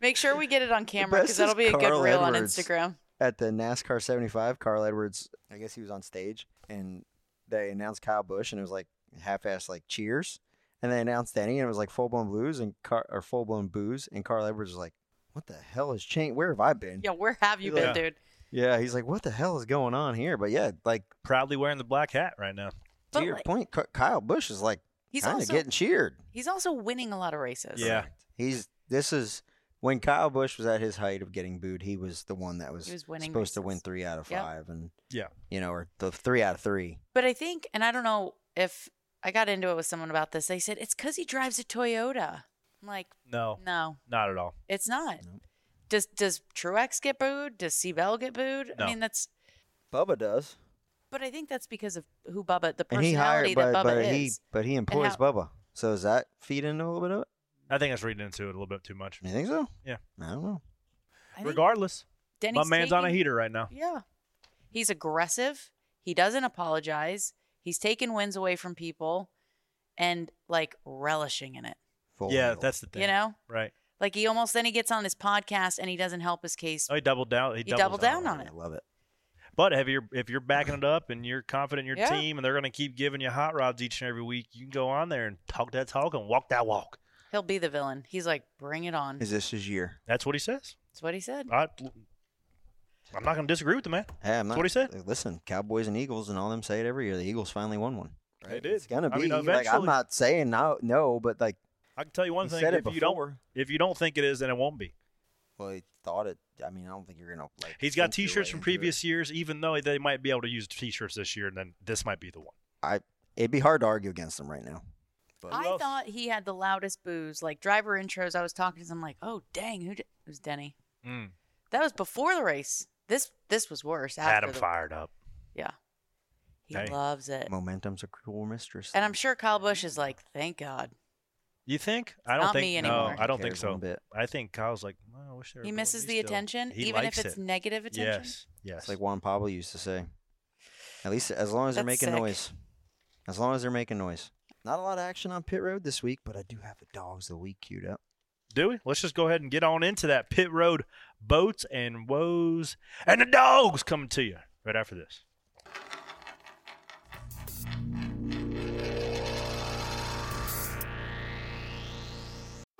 make sure we get it on camera best because that'll is be a good Carl reel on Edwards. Instagram. at the NASCAR 75. Carl Edwards, I guess he was on stage, and they announced Kyle Busch, and it was like half-assed like cheers, and they announced Denny, and it was like full-blown blues and car or full-blown booze, and Carl Edwards was like, "What the hell is changed? Where have I been?" Yeah, where have you Yeah. been, dude? Yeah, he's like, "What the hell is going on here?" But yeah, like Proudly wearing the black hat right now. But, to your like, point, K- Kyle Busch is like He's kind of also getting cheered. he's also winning a lot of races. Yeah. He's this is when Kyle Busch was at his height of getting booed. He was the one that was, He was winning supposed to win races. three out of Yep. five, and Yeah. you know, or the three out of three. But I think, and I don't know if I got into it with someone about this. They said it's because he drives a Toyota. I'm like, No, no, not at all. it's not. Does does Truex get booed? Does Seabell get booed? No. I mean, that's. Bubba does, But I think that's because of who Bubba, the and personality he hired, but that Bubba but is. he but he employs how- Bubba. So does that feed into a little bit of it? I think I was reading into it a little bit too much. You think so? Yeah. I don't know. I think Regardless, my Denny's man's on a taking- heater right now. Yeah, he's aggressive. He doesn't apologize. He's taking wins away from people, and like relishing in it. Full Yeah, wheel. that's the thing. You know, right? like he almost then he gets on his podcast and he doesn't help his case. Oh, he doubled down. He, He doubles doubled down on it. on I it. love it. But if you're if you're backing it up and you're confident in your Yeah. team and they're going to keep giving you hot rods each and every week, you can go on there and talk that talk and walk that walk. He'll be the villain. He's like, bring it on. Is this his year? That's what he says. That's what he said. I, I'm not going to disagree with the man. Hey, That's I'm not, what he said. Listen, Cowboys and Eagles and all them say it every year. The Eagles finally won one. They did. It's gonna be I mean, like I'm eventually- not saying no, no, but like I can tell you one He thing: said if it you don't before. if you don't think it is, then it won't be. Well, he thought it. I mean, I don't think you're gonna like. He's got think your T-shirts way from into it. previous years, even though they might be able to use T-shirts this year, and then this might be the one. I. It'd be hard to argue against him right now. But I thought he had the loudest boos. Like driver intros, I was talking to him like, oh dang, who d-? it was Denny? Mm. That was before the race. This this was worse. After Had him the- fired up. Yeah, he Dang. loves it. momentum's a cruel mistress. And I'm sure Kyle Bush is like, thank God. You think? I It's don't not think. me no, anymore. I don't He think cares one so. bit. I think Kyle's like, "Well, I wish they were He doing me misses the still." attention, He even if likes it's it. negative attention. Yes, yes. It's like Juan Pablo used to say. At least as long as they're That's making sick. noise. As long as they're making noise. Not a lot of action on pit road this week, but I do have the dogs of the week queued up. Do we? Let's just go ahead and get on into that pit road boats and woes and the dogs coming to you right after this.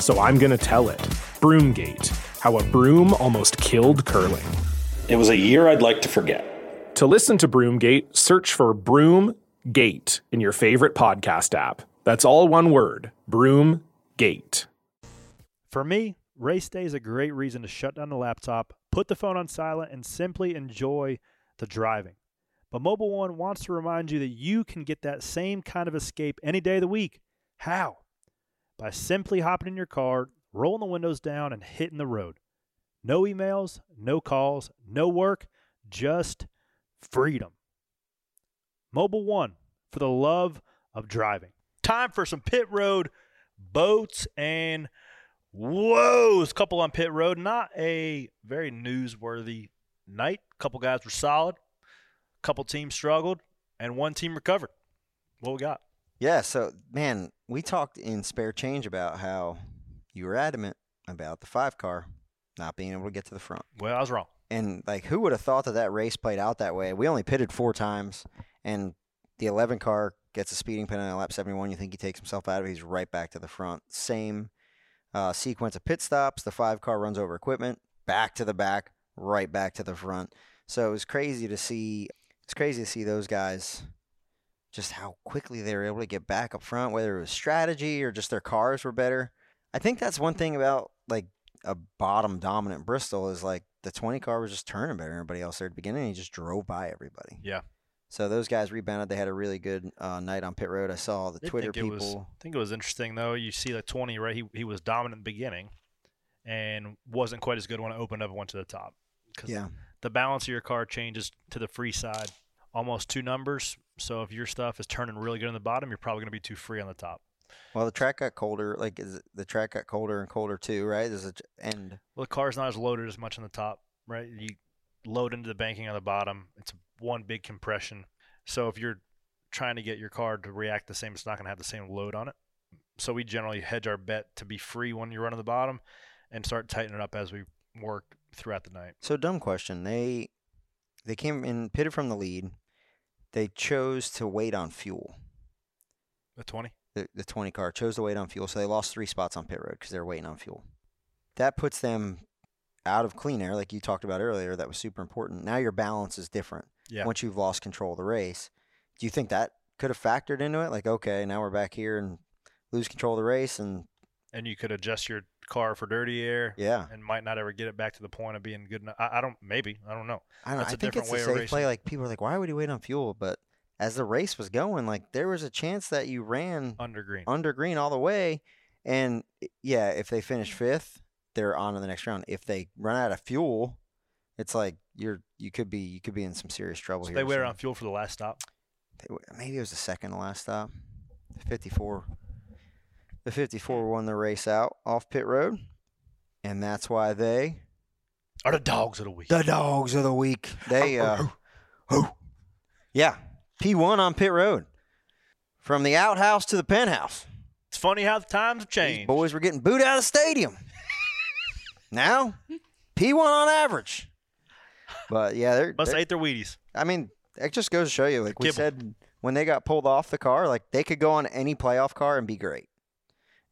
so I'm going to tell it. Broomgate How a Broom Almost Killed Curling. It was a year I'd like to forget. To listen to Broomgate, search for Broomgate in your favorite podcast app. That's all one word Broomgate. For me, race day is a great reason to shut down the laptop, put the phone on silent, and simply enjoy the driving. But Mobile One wants to remind you that you can get that same kind of escape any day of the week. How? By simply hopping in your car, rolling the windows down, and hitting the road. No emails, no calls, no work, just freedom. Mobile One for the love of driving. Time for some pit road boats and woes. Couple on pit road. Not a very newsworthy night. Couple guys were solid. Couple teams struggled, and one team recovered. What we got? Yeah, so man, we talked in spare change about how you were adamant about the five car not being able to get to the front. Well, I was wrong. And like, who would have thought that that race played out that way? We only pitted four times, and the 11 car gets a speeding penalty on lap 71. You think he takes himself out of it, he's right back to the front. Same uh, sequence of pit stops. The five car runs over equipment, back to the back, right back to the front. So it was crazy to see. It's crazy to see those guys just how quickly they were able to get back up front, whether it was strategy or just their cars were better. I think that's one thing about like a bottom dominant Bristol is like the 20 car was just turning better than everybody else there at the beginning. he just drove by everybody. Yeah. So those guys rebounded. They had a really good uh, night on pit road. I saw the I Twitter think people. Was, I think it was interesting though. You see the 20, right? He, he was dominant in the beginning and wasn't quite as good when it opened up and went to the top. Cause yeah. The balance of your car changes to the free side almost two numbers. So if your stuff is turning really good on the bottom, you're probably going to be too free on the top. Well, the track got colder. Like the track got colder and colder too, right? There's a end. Well, the car's not as loaded as much on the top, right? You load into the banking on the bottom. It's one big compression. So if you're trying to get your car to react the same, it's not going to have the same load on it. So we generally hedge our bet to be free when you run on the bottom, and start tightening up as we work throughout the night. So dumb question. They they came in pitted from the lead they chose to wait on fuel. The 20? The, the 20 car chose to wait on fuel, so they lost three spots on pit road because they're waiting on fuel. That puts them out of clean air, like you talked about earlier. That was super important. Now your balance is different yeah. once you've lost control of the race. Do you think that could have factored into it? Like, okay, now we're back here and lose control of the race and. And you could adjust your car for dirty air. Yeah. And might not ever get it back to the point of being good enough. I, I don't, maybe. I don't know. I don't know. I think it's a safe play. Like, people are like, why would he wait on fuel? But as the race was going, like, there was a chance that you ran under green, under green all the way. And yeah, if they finish Hmm. fifth, they're on to the next round. If they run out of fuel, it's like you're, you could be, you could be in some serious trouble so here. They wait on fuel for the last stop. They, maybe it was the second to last stop, 54. The Hmm. 54 won the race out off pit road and that's why they are the dogs of the week. The dogs of the week. They uh, yeah, P one on pit road, from the outhouse to the penthouse. It's funny how the times have changed. These boys were getting booed out of the stadium. now, P one on average. But yeah, they're must they're, ate their Wheaties. I mean, it just goes to show you, like we said, when they got pulled off the car, like they could go on any playoff car and be great.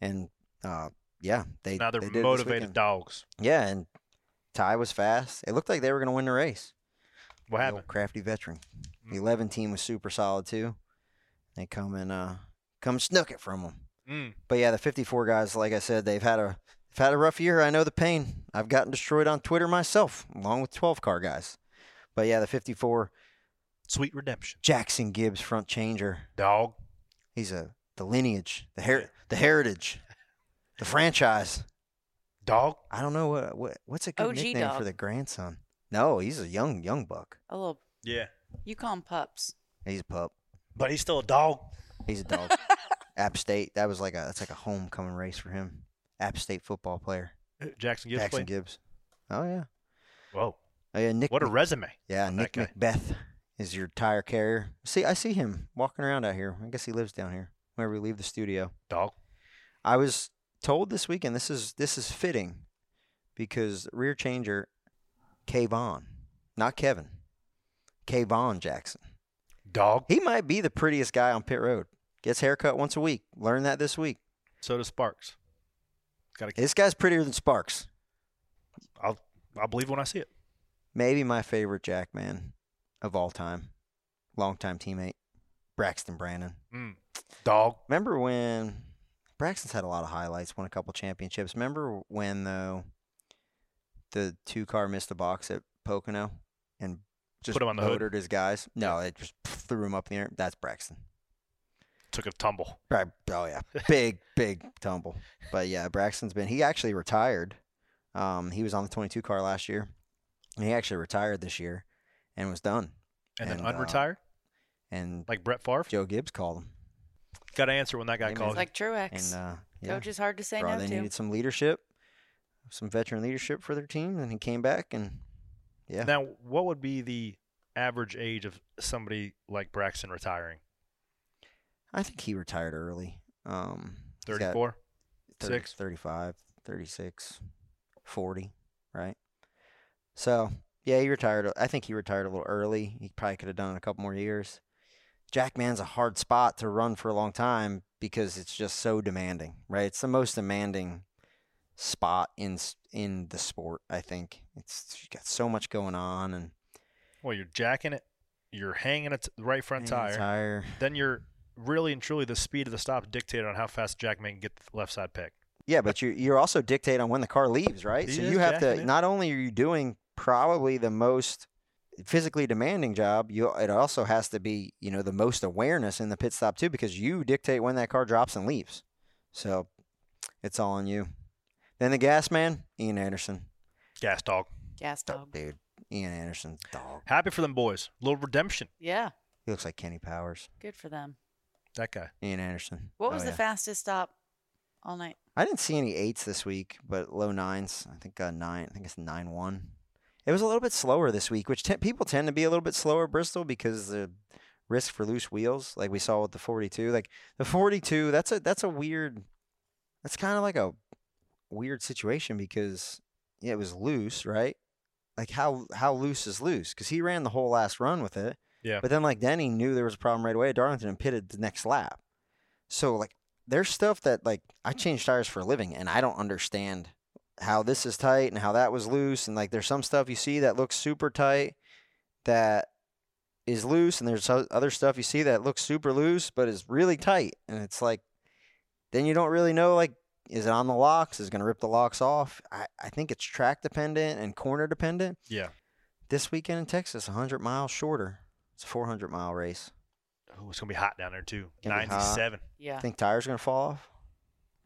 And uh, yeah, they now they're they motivated dogs. Yeah, and Ty was fast. It looked like they were going to win the race. What the happened? Hmm. crafty veteran. The mm. eleven team was super solid too. They come and uh, come snook it from them. Mm. But yeah, the fifty four guys, like I said, they've had a they've had a rough year. I know the pain. I've gotten destroyed on Twitter myself, along with twelve car guys. But yeah, the fifty four. Sweet redemption. Jackson Gibbs front changer. Dog. He's a the lineage, the her- the heritage. The franchise. Dog. I don't know what, what what's a good OG nickname dog. for the grandson. No, he's a young young buck. A little. Yeah. You call him pups. He's a pup. But he's still a dog. He's a dog. App State. That was like a that's like a homecoming race for him. App State football player. Jackson Gibbs. Jackson played? Gibbs. Oh yeah. Whoa. Oh yeah, Nick. What a resume. Yeah, on Nick that guy. Macbeth is your tire carrier. See, I see him walking around out here. I guess he lives down here. Whenever we leave the studio, Dog. I was told this weekend. This is this is fitting because rear changer Kayvon, not Kevin, Kayvon Jackson. Dog. He might be the prettiest guy on pit road. Gets haircut once a week. Learned that this week. So does Sparks. Got to. This guy's prettier than Sparks. I'll I'll believe when I see it. Maybe my favorite Jack man of all time, longtime teammate, Braxton Brandon. Mm. Dog. Remember when Braxton's had a lot of highlights, won a couple championships. Remember when though the two car missed the box at Pocono and just Put him on the hood. motored his guys? No, it just threw him up in the air. That's Braxton. Took a tumble. Bra- <laughs> Oh yeah, big big tumble. But yeah, Braxton's been. He actually retired. Um, he was on the 22 car last year. And he actually retired this year, and was done. And, uh, then unretired. and like Brett Favre. Joe Gibbs called him. Got to answer when that guy Amen. called. Like Truex. And uh, yeah, Coach is hard to say Bro, no they to. needed some leadership, some veteran leadership for their team, and he came back and yeah, Now, what would be the average age of somebody like Braxton retiring? I think he retired early. Um, he's got 34? 30, Six? 35, 36, 40, right? So yeah, he retired. I think he retired a little early. He probably could have done it a couple more years. Jackman's a hard spot to run for a long time because it's just so demanding, right? It's the most demanding spot in s- in the sport. I think it's you got so much going on and Well, you're jacking it. You're hanging a t- right front Hanging tire. a tire. Then you're really and truly the speed of the stop dictated on how fast Jackman can get the left side pick. Yeah, but you you're also dictate on when the car leaves, right? He so is you have jacking to it. not only are you doing probably the most physically demanding job, you it also has to be, you know, the most awareness in the pit stop too because you dictate when that car drops and leaves. So it's all on you. Then the gas man, Ian Anderson. Gas dog. Gas dog. Dude, Ian Anderson's dog. Happy for them boys. Little redemption. Yeah. He looks like Kenny Powers. Good for them. That guy. Ian Anderson. What Oh, was yeah. the fastest stop all night? I didn't see any eights this week, but low nines. I think uh, nine. I think it's nine one. It was a little bit slower this week, which te- people tend to be a little bit slower at Bristol because the risk for loose wheels, like we saw with the forty two. Like the forty two, that's a that's a weird. That's kind of like a weird situation because yeah, it was loose, right? Like how how loose is loose? Because he ran the whole last run with it. Yeah. But then like Denny knew there was a problem right away at Darlington and pitted the next lap. So like there's stuff that like I change tires for a living and I don't understand how this is tight and how that was loose and like there's some stuff you see that looks super tight that is loose and there's o- other stuff you see that looks super loose but is really tight and it's like then you don't really know like is it on the locks is it going to rip the locks off I, I think it's track dependent and corner dependent Yeah. this weekend in texas 100 miles shorter it's a 400 mile race Oh, it's gonna be hot down there too. Gonna be hot. Ninety-seven. Yeah. think tires are going to fall off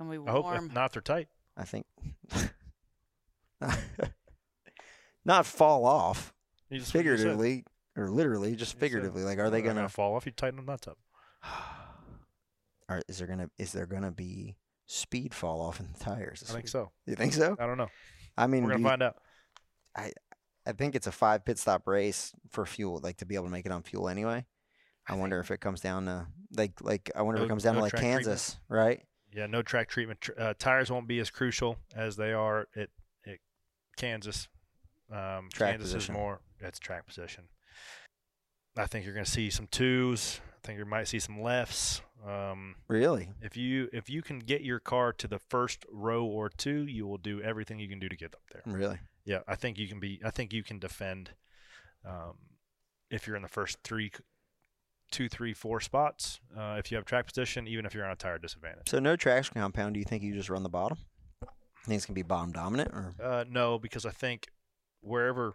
And we I hope if warm. not. If they're tight. I think <laughs> not fall off You just- you said- figuratively or literally, just figuratively. Like, are they They're going gonna to? fall off? You tighten them nuts up. Are is there going to? Is there going to be speed fall off in the tires? this I think week? so. You think so? I don't know. I mean, We're do gonna you- find out. I I think it's a five pit stop race for fuel, like to be able to make it on fuel anyway. I, wonder if it comes down to like like I wonder if No- it comes down no to like track treatment. Kansas, right? Yeah, no track treatment. Tr- Uh, tires won't be as crucial as they are at, at Kansas. Um, Track Kansas position. is more. That's track position. I think you're going to see some twos. I think you might see some lefts. Um, Really? if you if you can get your car to the first row or two, you will do everything you can do to get up there. Really? Yeah, I think you can be. I think you can defend. Um, if you're in the first three, two, three, four spots, uh, if you have track position, even if you're on a tire disadvantage. So no traction compound. Do you think you just run the bottom? You think it's gonna be bottom dominant or? Uh, no, because I think wherever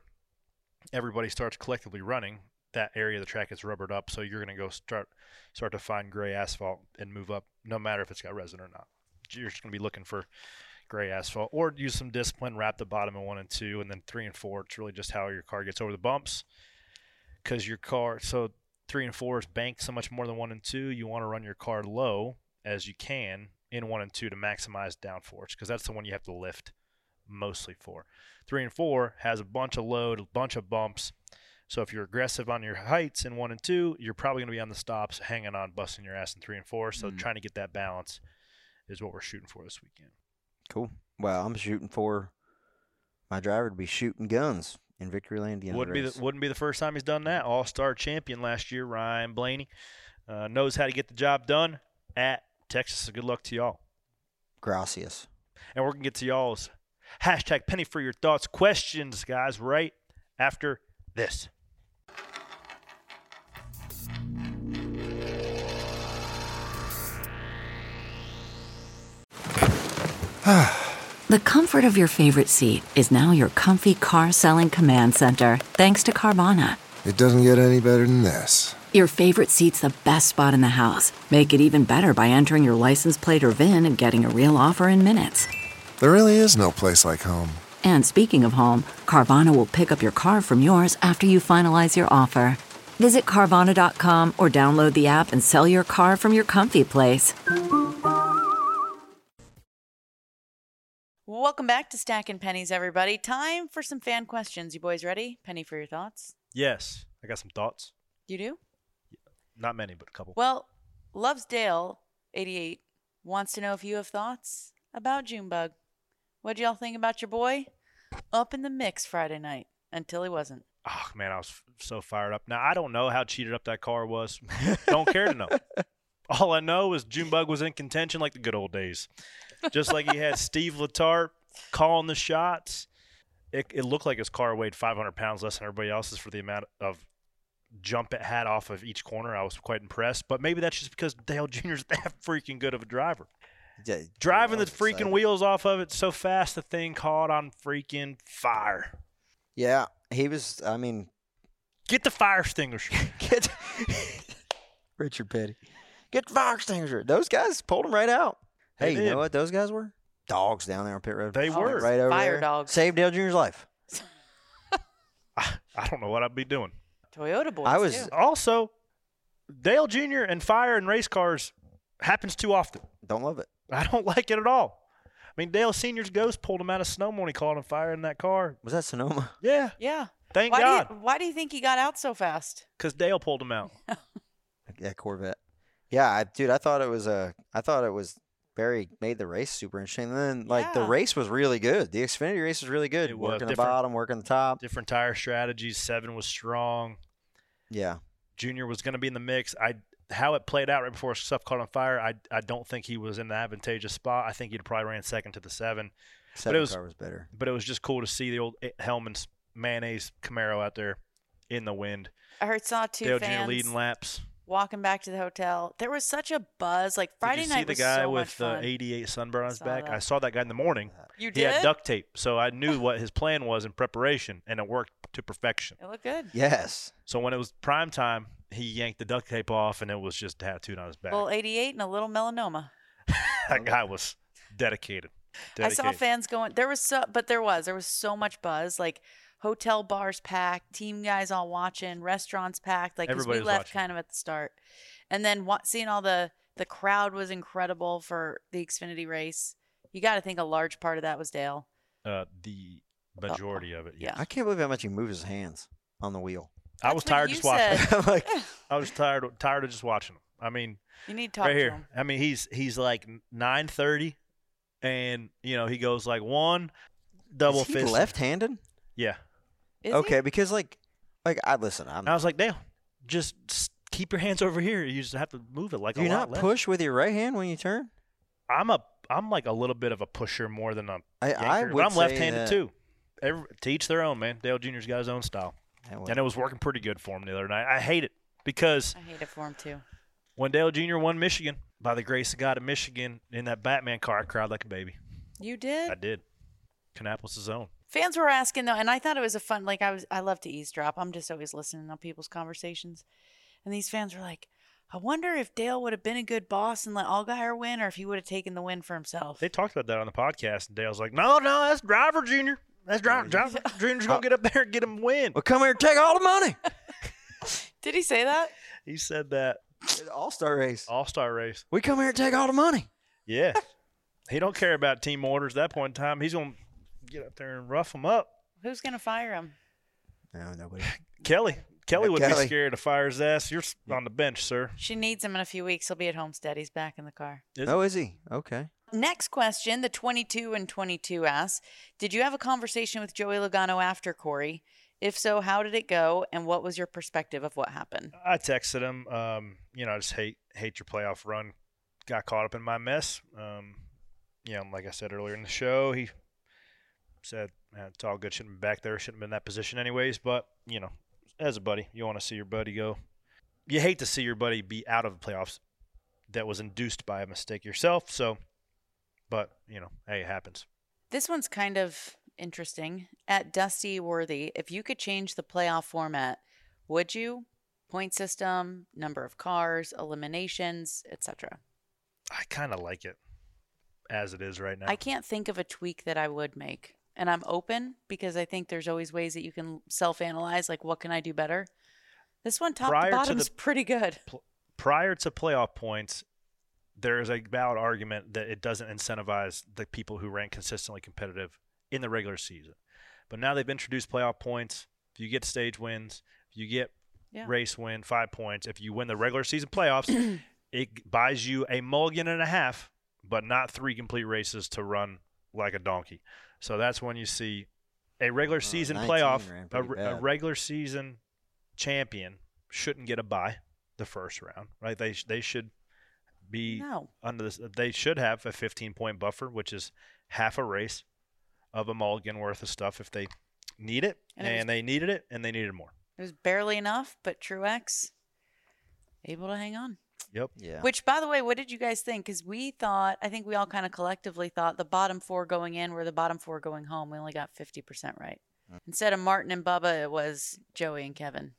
everybody starts collectively running, that area of the track is rubbered up, so you're going to go start start to find gray asphalt and move up, no matter if it's got resin or not. You're just going to be looking for gray asphalt, or use some discipline, wrap the bottom in one and two, and then three and four. It's really just how your car gets over the bumps, because your car. So three and four is banked so much more than one and two. You want to run your car low as you can in one and two to maximize downforce because that's the one you have to lift mostly for. Three and four has a bunch of load, a bunch of bumps. So if you're aggressive on your heights in one and two, you're probably going to be on the stops, hanging on, busting your ass in three and four. So Mm. trying to get that balance is what we're shooting for this weekend. Cool. Well, I'm shooting for my driver to be shooting guns in Victory Land. Indiana wouldn't be race. the, wouldn't be the first time he's done that. All star champion last year, Ryan Blaney, uh, knows how to get the job done at Texas. So good luck to y'all, Gracias. and we're gonna get to y'all's hashtag Penny for your thoughts questions, guys. Right after this. The comfort of your favorite seat is now your comfy car selling command center, thanks to Carvana. <sighs> It doesn't get any better than this. Your favorite seat's the best spot in the house. Make it even better by entering your license plate or VIN and getting a real offer in minutes. There really is no place like home. And speaking of home, Carvana will pick up your car from yours after you finalize your offer. Visit Carvana.com or download the app and sell your car from your comfy place. Welcome back to Stacking Pennies, everybody. Time for some fan questions. You boys ready? Penny for your thoughts. Yes, I got some thoughts. You do? Not many, but a couple. Well, Lovesdale, 88, wants to know if you have thoughts about Junebug. What'd y'all think about your boy? Up in the mix Friday night until he wasn't. oh man, I was f- so fired up. Now I don't know how cheated up that car was. don't care to know. All I know is Junebug was in contention like the good old days, just like he had Steve Letarte calling the shots. It, it looked like his car weighed 500 pounds less than everybody else's for the amount of jump it had off of each corner. I was quite impressed, but maybe that's just because Dale Jr.'s <laughs> that freaking good of a driver. Driving the freaking excited. wheels off of it so fast, the thing caught on freaking fire. Yeah, he was. I mean, <laughs> Get the fire extinguisher. Get <laughs> Richard Petty. Get the fire extinguisher. Those guys pulled him right out. They Hey, you did. know what those guys were? Dogs down there on pit road. They Went were. right over Fire there. dogs. Saved Dale Jr.'s life. I don't know what I'd be doing. Toyota boys. too. also Dale Jr. and fire and race cars happens too often. Don't love it. I don't <laughs> like it at all. I mean, Dale Sr.'s ghost pulled him out of snow when he caught him fire in that car. Was that Sonoma? Yeah, Yeah. Thank why God. Do you, why do you think he got out so fast? because Dale pulled him out. That Corvette. Yeah, I, dude, I thought it was a. I thought it was very made the race super interesting. And then like the Yeah. race was really good. The Xfinity race was really good. It was working the different- bottom, working the top. Different tire strategies. Seven was strong. Yeah. Junior was going to be in the mix. I how it played out right before stuff caught on fire. I I don't think he was in the advantageous spot. I think he'd probably ran second to the seven. Seven car was better. But it was just cool to see the old eh, Hellman's mayonnaise Camaro out there in the wind. I heard saw two Dale Jr. fans leading laps. walking back to the hotel. There was such a buzz. Like Friday Did you night see the was guy so much with the fun. 88 sunburn on his Saw back? that. I saw that guy in the morning. You He had did? duct tape, so I <laughs> knew what his plan was in preparation, and it worked to perfection. It looked good. Yes. So when it was prime time, he yanked the duct tape off, and it was just tattooed on his back. Little 88 and a little melanoma. <laughs> that guy was dedicated. I saw Dedicated. fans going. There was so, but there was there was so much buzz. Like hotel bars packed, team guys all watching, restaurants packed. Like 'cause Everybody we was left watching. kind of at the start, and then wa- seeing all the the crowd was incredible for the Xfinity race. You got to think a large part of that was Dale. Uh, the majority of it. Yeah. I can't believe how much he moved his hands on the wheel. I was tired just watching. <laughs> him. I was tired tired of just watching him. I mean, You need to talk right to here. him. I mean, he's he's like nine thirty, and you know he goes like one double Is he fist left-handed. Yeah, Is he? okay, because like, like I listen. I'm, and I was like, Dale, just s- keep your hands over here. You just have to move it like do a you lot not less. push with your right hand when you turn? I'm a I'm like a little bit of a pusher more than a I- I yanker, but would I'm say left-handed that- too. Every, to each their own, man. Dale Jr.'s got his own style, would- and it was working pretty good for him the other night. I hate it because I hate it for him too. when Dale Jr. won Michigan by the grace of God in Michigan in that Batman car, I cried like a baby. You did. I did. Canapolis' own. Fans were asking though, and I thought it was a fun. Like I was, I love to eavesdrop. I'm just always listening on people's conversations, and these fans were like, "I wonder if Dale would have been a good boss and let Allgaier win, or if he would have taken the win for himself." They talked about that on the podcast, and Dale's like, "No, no, that's Driver Junior. That's Driver Driver <laughs> Junior's gonna get up there and get him a win." Well, come here, and take all <laughs> the money. Did he say that? He said that All star race. All star race. We come here and take all the money. Yeah. <laughs> he don't care about team orders at that point in time. He's going to get up there and rough them up. Who's going to fire him? No, <laughs> nobody. Kelly. Kelly would Kelly. be scared of fire's ass. You're s- on the bench, sir. She needs him in a few weeks. He'll be at Homestead. He's back in the car. oh, is he? Okay. Next question, the 22 and 22 asks, did you have a conversation with Joey Logano after Corey? If so, how did it go and what was your perspective of what happened? I texted him. Um, you know, I just hate hate your playoff run. Got caught up in my mess. Um, you know, like I said earlier in the show, he said "Man, it's all good. Shouldn't have been back there. Shouldn't have been in that position anyways. But you know, as a buddy, you want to see your buddy go. You hate to see your buddy be out of the playoffs. That was induced by a mistake yourself. So, but you know, hey, it happens. This one's kind of interesting. At Dusty Worthy, if you could change the playoff format, would you? Point system, number of cars, eliminations, etc. I kind of like it as it is right now. I can't think of a tweak that I would make. And I'm open because I think there's always ways that you can self-analyze like what can I do better? This one top Prior to to bottom's the- pretty good. prior to playoff points, there is a valid argument that it doesn't incentivize the people who rank consistently competitive in the regular season. But now they've introduced playoff points. If you get stage wins, if you get Yeah. race win, five points. If you win the regular season <clears throat> playoffs, it buys you a mulligan and a half, but not three complete races to run like a donkey. So that's when you see a regular season 19 Oh, ran playoff, a, pretty re- a bad. regular season champion shouldn't get a bye the first round, right? They sh- they should be No. under this. They should have a 15 point buffer, which is half a race of a mulligan worth of stuff if they need it, And and, it was- they needed it, and they needed more. It was barely enough, but Truex able to hang on. Yep. Yeah. Which, by the way, what did you guys think? Because we thought, I think we all kind of collectively thought the bottom four going in were the bottom four going home. We only got 50% right. Mm. Instead of Martin and Bubba, it was Joey and Kevin.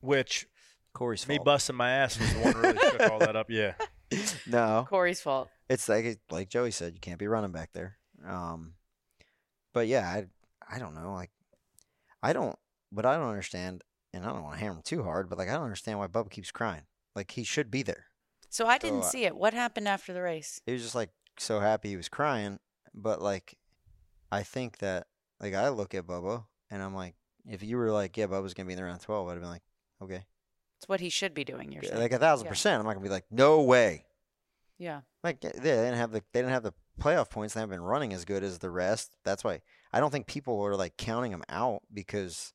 which Corey's me fault. busting my ass was the one who really shook all that up. Yeah. <laughs> No. Corey's fault. It's like like Joey said, you can't be running back there. Um, but yeah, I I don't know. Like, I don't. What I don't understand, and I don't want to hammer him too hard, but like I don't understand why Bubba keeps crying. Like he should be there. So I didn't So, uh, see it. What happened after the race? He was just like so happy he was crying, but like I think that like I look at Bubba and I'm like, if you were like, yeah, Bubba's gonna be in the round twelve, I'd have been like, okay, It's what he should be doing. You're saying. like a thousand Yeah. percent. I'm not gonna be like, no way. Yeah. <laughs> Like yeah, they didn't have the they didn't have the playoff points. They haven't been running as good as the rest. That's why I don't think people are like counting him out because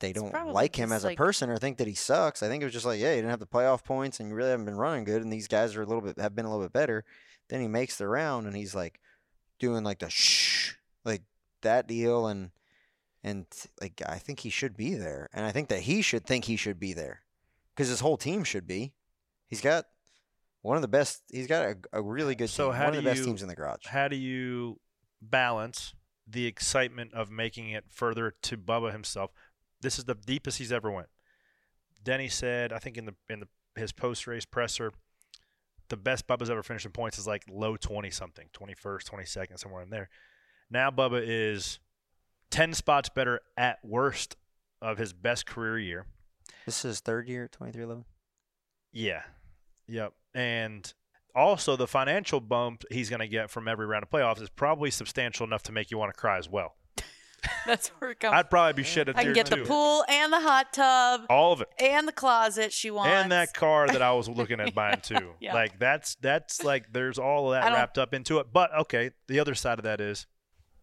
they don't probably like him just, as like- a person or think that he sucks. I think it was just like, yeah, you didn't have the playoff points and you really haven't been running good. And these guys are a little bit have been a little bit better. Then he makes the round and he's like doing like the shh like that deal and and like I think he should be there and I think that he should think he should be there because his whole team should be. He's got one of the best. He's got a, a really good So team. how one do of the best you, teams in the garage. How do you balance the excitement of making it further to Bubba himself? This is the deepest he's ever went. Denny said, I think in the in the his post race presser, the best Bubba's ever finished in points is like low twenty something, twenty first, twenty second, somewhere in there. Now Bubba is ten spots better at worst of his best career year. This is third year, twenty three eleven. Yeah. Yep. And also the financial bump he's going to get from every round of playoffs is probably substantial enough to make you want to cry as well. That's where it comes. I'd probably be shit at I tier can get two. the pool and the hot tub Oh. All of it. and the closet she wants. And that car that I <laughs> was looking at buying too. Yeah. Like that's that's like there's all of I that don't- wrapped up into it. But okay, the other side of that is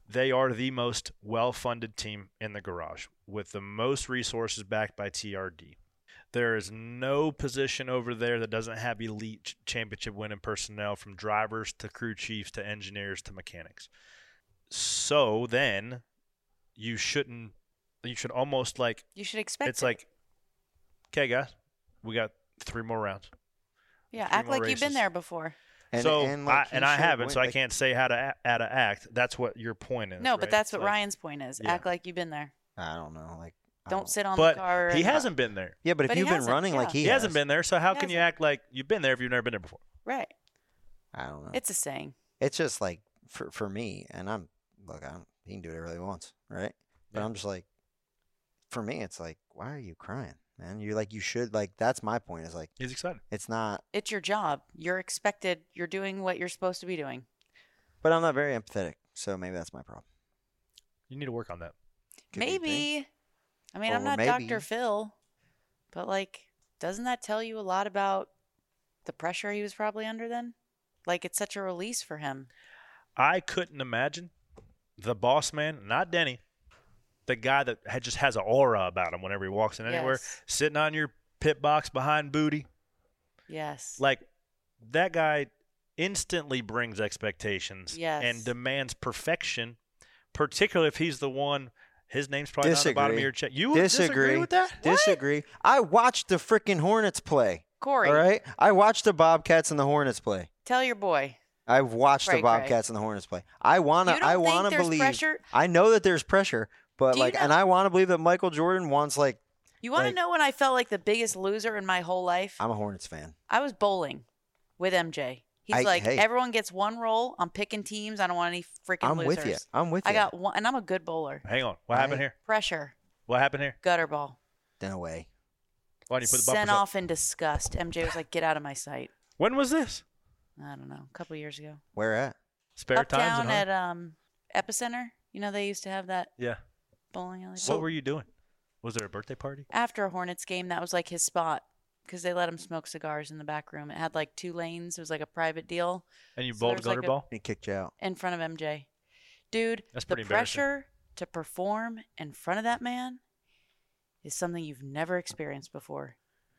they are the most well-funded team in the garage with the most resources backed by TRD. There is no position over there that doesn't have elite ch- championship winning personnel from drivers to crew chiefs to engineers to mechanics. So then you shouldn't you should almost like You should expect it's it. like okay guys, we got three more rounds. yeah, three act more like you've been races. there before. so I, like, he and I should've haven't, went- so I like- can't say how to act, how to act. That's what your point is. no, but right? that's what Like- Ryan's point is. yeah. Act like you've been there. I don't know. Like I Don't sit on but the car. he and- hasn't been there. Yeah, but if But he you've been hasn't, running like yeah. he, He hasn't has, been there, so how can you hasn't. act like you've been there if you've never been there before? Right. I don't know. It's the same. it's just like for for me, and I'm look, I'm, he can do whatever he wants, right? But I'm just like, for me, it's like, why are you crying, man. You're like you should like that's my point. Is like he's excited. It's not, It's your job. You're expected. You're doing what you're supposed to be doing. but I'm not very empathetic, so maybe that's my problem. You need to work on that. Could be, maybe. I mean, I'm Or not maybe- Dr. Phil, but like, doesn't that tell you a lot about the pressure he was probably under then? Like, it's such a release for him. I couldn't imagine the boss man, not Denny, the guy that had, just has an aura about him whenever he walks in anywhere, Yes. sitting on your pit box behind booty. Yes. Like that guy instantly brings expectations Yes. and demands perfection, particularly if he's the one. His name's probably not on the bottom of your check. You would disagree, with that? Disagree. I watched the freaking Hornets play. Corey. All right. I watched the Bobcats and the Hornets play. Tell your boy. I've watched Cray the cray. Bobcats and the Hornets play. I wanna. You don't I think wanna there's believe. pressure? I know that there's pressure, but Do you like, and know- I want to believe that Michael Jordan wants like. You want to like, know when I felt like the biggest loser in my whole life? I'm a Hornets fan. I was bowling with MJ. He's I- like, hey. everyone gets one roll. I'm picking teams. I don't want any freaking I'm losers. with you. I'm with I you. got one, and I'm a good bowler. Hang on. What happened here? Pressure, What happened here? gutter ball. Then away. Why didn't you put the bumpers Sent up? off in disgust. MJ was like, get out of my sight. When was this? I don't know, a couple years ago. Where at? Spare times Uptown and at um, Epicenter. You know, they used to have that Yeah. bowling alley. what were you doing? Was there a birthday party? After a Hornets game, that was like his spot because they let him smoke cigars in the back room. It had like two lanes. It was like a private deal. And you So bowled there's, like, gutter a- ball? He kicked you out. in front of MJ. Dude, That's the pretty embarrassing. pressure to perform in front of that man is something you've never experienced before.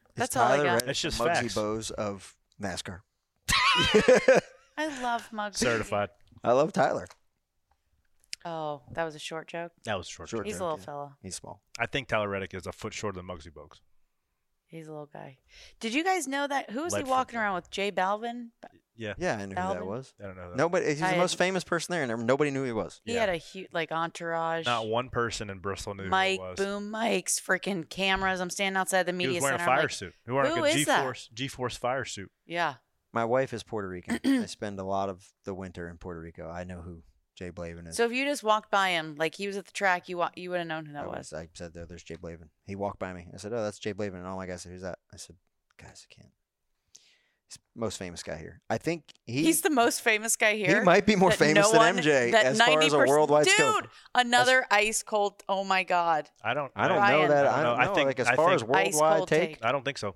It's That's all I Tyler got. Reddick That's just and Muggsy facts. Bogues of <laughs> NASCAR. I love Muggsy. <laughs> Certified. I love Tyler. Oh, that was a short joke. That was a short. Short He's a joke, little yeah. fella. He's small. I think Tyler Reddick is a foot shorter than Muggsy Bogues. He's a little guy. Did you guys know that? Who was he Lightfoot. walking around with? Jay Balvin? Yeah. Yeah, I knew who that Alvin? was. I don't know. That. Nobody. He's I the most had- famous person there, and nobody knew who he was. He had a huge, like, entourage. Not one person in Bristol knew Mike, who it was. boom mics, freaking cameras. I'm standing outside the he media was wearing center. a I'm fire like, suit. He wore like "Who a is that?" G-force, G-force fire suit. Yeah. My wife is Puerto <clears throat> Rican. I spend a lot of the winter in Puerto Rico. I know who Jay Blavin is. So if you just walked by him, like he was at the track, you wa- you would have known who I that was. was. I said, there, there's Jay Blavin. He walked by me. I said, oh, that's Jay Blavin. And all my guys said, who's that? I said, guys, I can't. He's the most famous guy here. I think he, He's the most famous guy here. might be more that famous no than one- MJ that as far as a 90% worldwide Dude, scope. another ice cold. Oh my God. I don't. I don't know Ryan. that. I I don't don't know. I know. think- like, as I far as think- Ice worldwide cold take, take. I don't think so.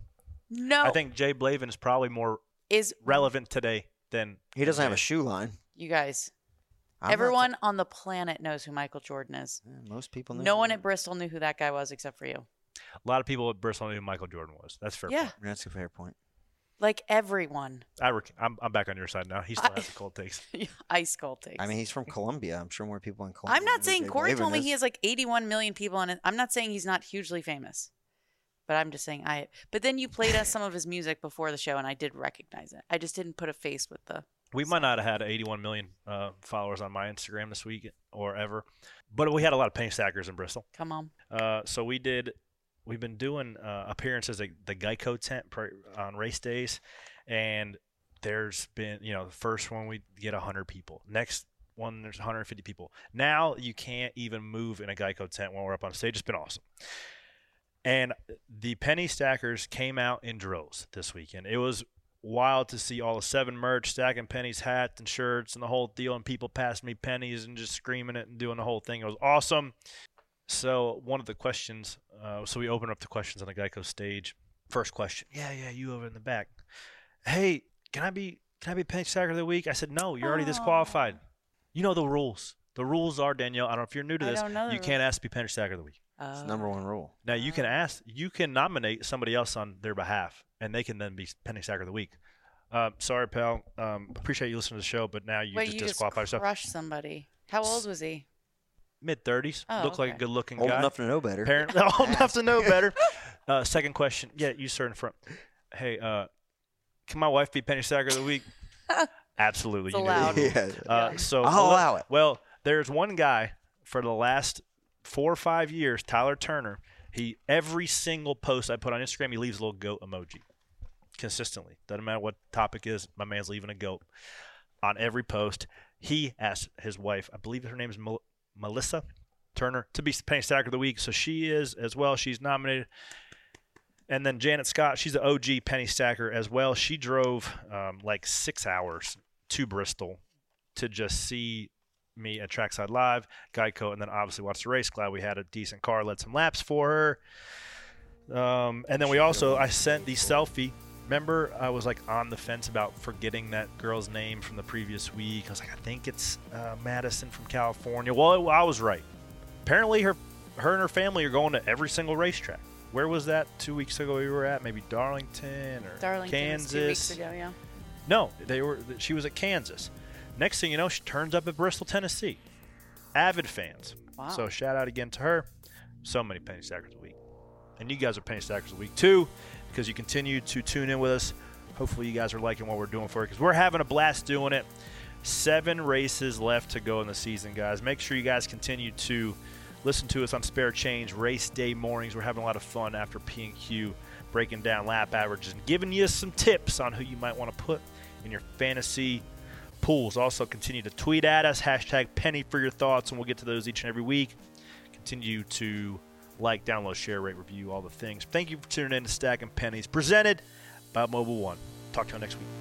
No. I think Jay Blavin is probably more is relevant today than he doesn't have Jay. a shoe line. you guys. I'm not- everyone on the planet knows who Michael Jordan is. Yeah, most people know. No one at Bristol knew who that guy was except for you. A lot of people at Bristol knew who Michael Jordan was. That's fair. Yeah. point. That's a fair point. Like <laughs> everyone. I rec- I'm, I'm back on your side now. He still I- has the cold takes. ice cold takes. I <laughs> mean, he's from Colombia. I'm sure more people in Colombia. I'm not saying Corey told me he is. has like 81 million people on it. I'm not saying he's not hugely famous, but I'm just saying I. But then you played <laughs> us some of his music before the show, and I did recognize it. I just didn't put a face with the. We might not have had 81 million uh, followers on my Instagram this week or ever, but we had a lot of paint stackers in Bristol. Come on, Uh, so we did. We've been doing uh, appearances at the Geico tent pr on race days, and there's been you know the first one we get 100 people. Next one there's 150 people. Now you can't even move in a Geico tent when we're up on stage. It's been awesome. And the penny stackers came out in drills this weekend. It was wild to see all the seven merch stacking pennies, hats and shirts and the whole deal, and people passing me pennies and just screaming it and doing the whole thing. It was awesome. So one of the questions, uh, so we open up the questions on the Geico stage. First question, yeah, yeah, you over in the back. Hey, can I be can I be penny stacker of the week? I said no, you're already disqualified. You know the rules. The rules are Danielle. I don't know if you're new to I this. don't know Uh-huh. the you can't ask to be penny stacker of the week. It's uh, the number one rule. Now you can ask, you can nominate somebody else on their behalf, and they can then be penny stacker of the week. Uh, sorry, pal. Um, appreciate you listening to the show, but now you wait, just you just disqualify yourself. crushed somebody. How old was he? Mid thirties, Oh, look like a okay. good looking Old guy. enough to know better. Apparently, <laughs> old enough to <laughs> know better. Uh, second question. Yeah, you sir in front. Hey, uh, can my wife be penny stacker of the <laughs> week? Absolutely, It's you know allowed. the <laughs> Yeah. rules. Uh, so I'll well, allow it. Well, there's one guy for the last four or five years, Tyler Turner. He every single post I put on Instagram, he leaves a little goat emoji consistently. Doesn't matter what topic is, my man's leaving a goat on every post. He asked his wife, I believe her name is Mel- Melissa Turner, to be Penny Stacker of the Week. So she is as well. She's nominated. And then Janet Scott, she's an OG penny stacker as well. She drove um, like six hours to Bristol to just see me at Trackside Live, Geico, and then obviously watch the race. Glad we had a decent car, led some laps for her. Um, and then we also, I sent the selfie. Remember, I was like on the fence about forgetting that girl's name from the previous week. I was like, I think it's uh, Madison from California. Well, I was right. Apparently, her, her and her family are going to every single racetrack. Where was that two weeks ago? We were at maybe Darlington or Darlington was Kansas. two weeks ago, yeah. No, they were. She was at Kansas. Next thing you know, she turns up at Bristol, Tennessee. Avid fans. Wow. So shout out again to her. So many penny stackers a week, and you guys are penny stackers a week too, because you continue to tune in with us. Hopefully, you guys are liking what we're doing for you, because we're having a blast doing it. Seven races left to go in the season, guys. Make sure you guys continue to listen to us on Spare Change race day mornings. We're having a lot of fun after P and Q, breaking down lap averages and giving you some tips on who you might want to put in your fantasy pools. Also, continue to tweet at us, hashtag penny for your thoughts, and we'll get to those each and every week. Continue to like, download, share, rate, review, all the things. Thank you for tuning in to Stacking Pennies, presented by Mobile One. Talk to you next week.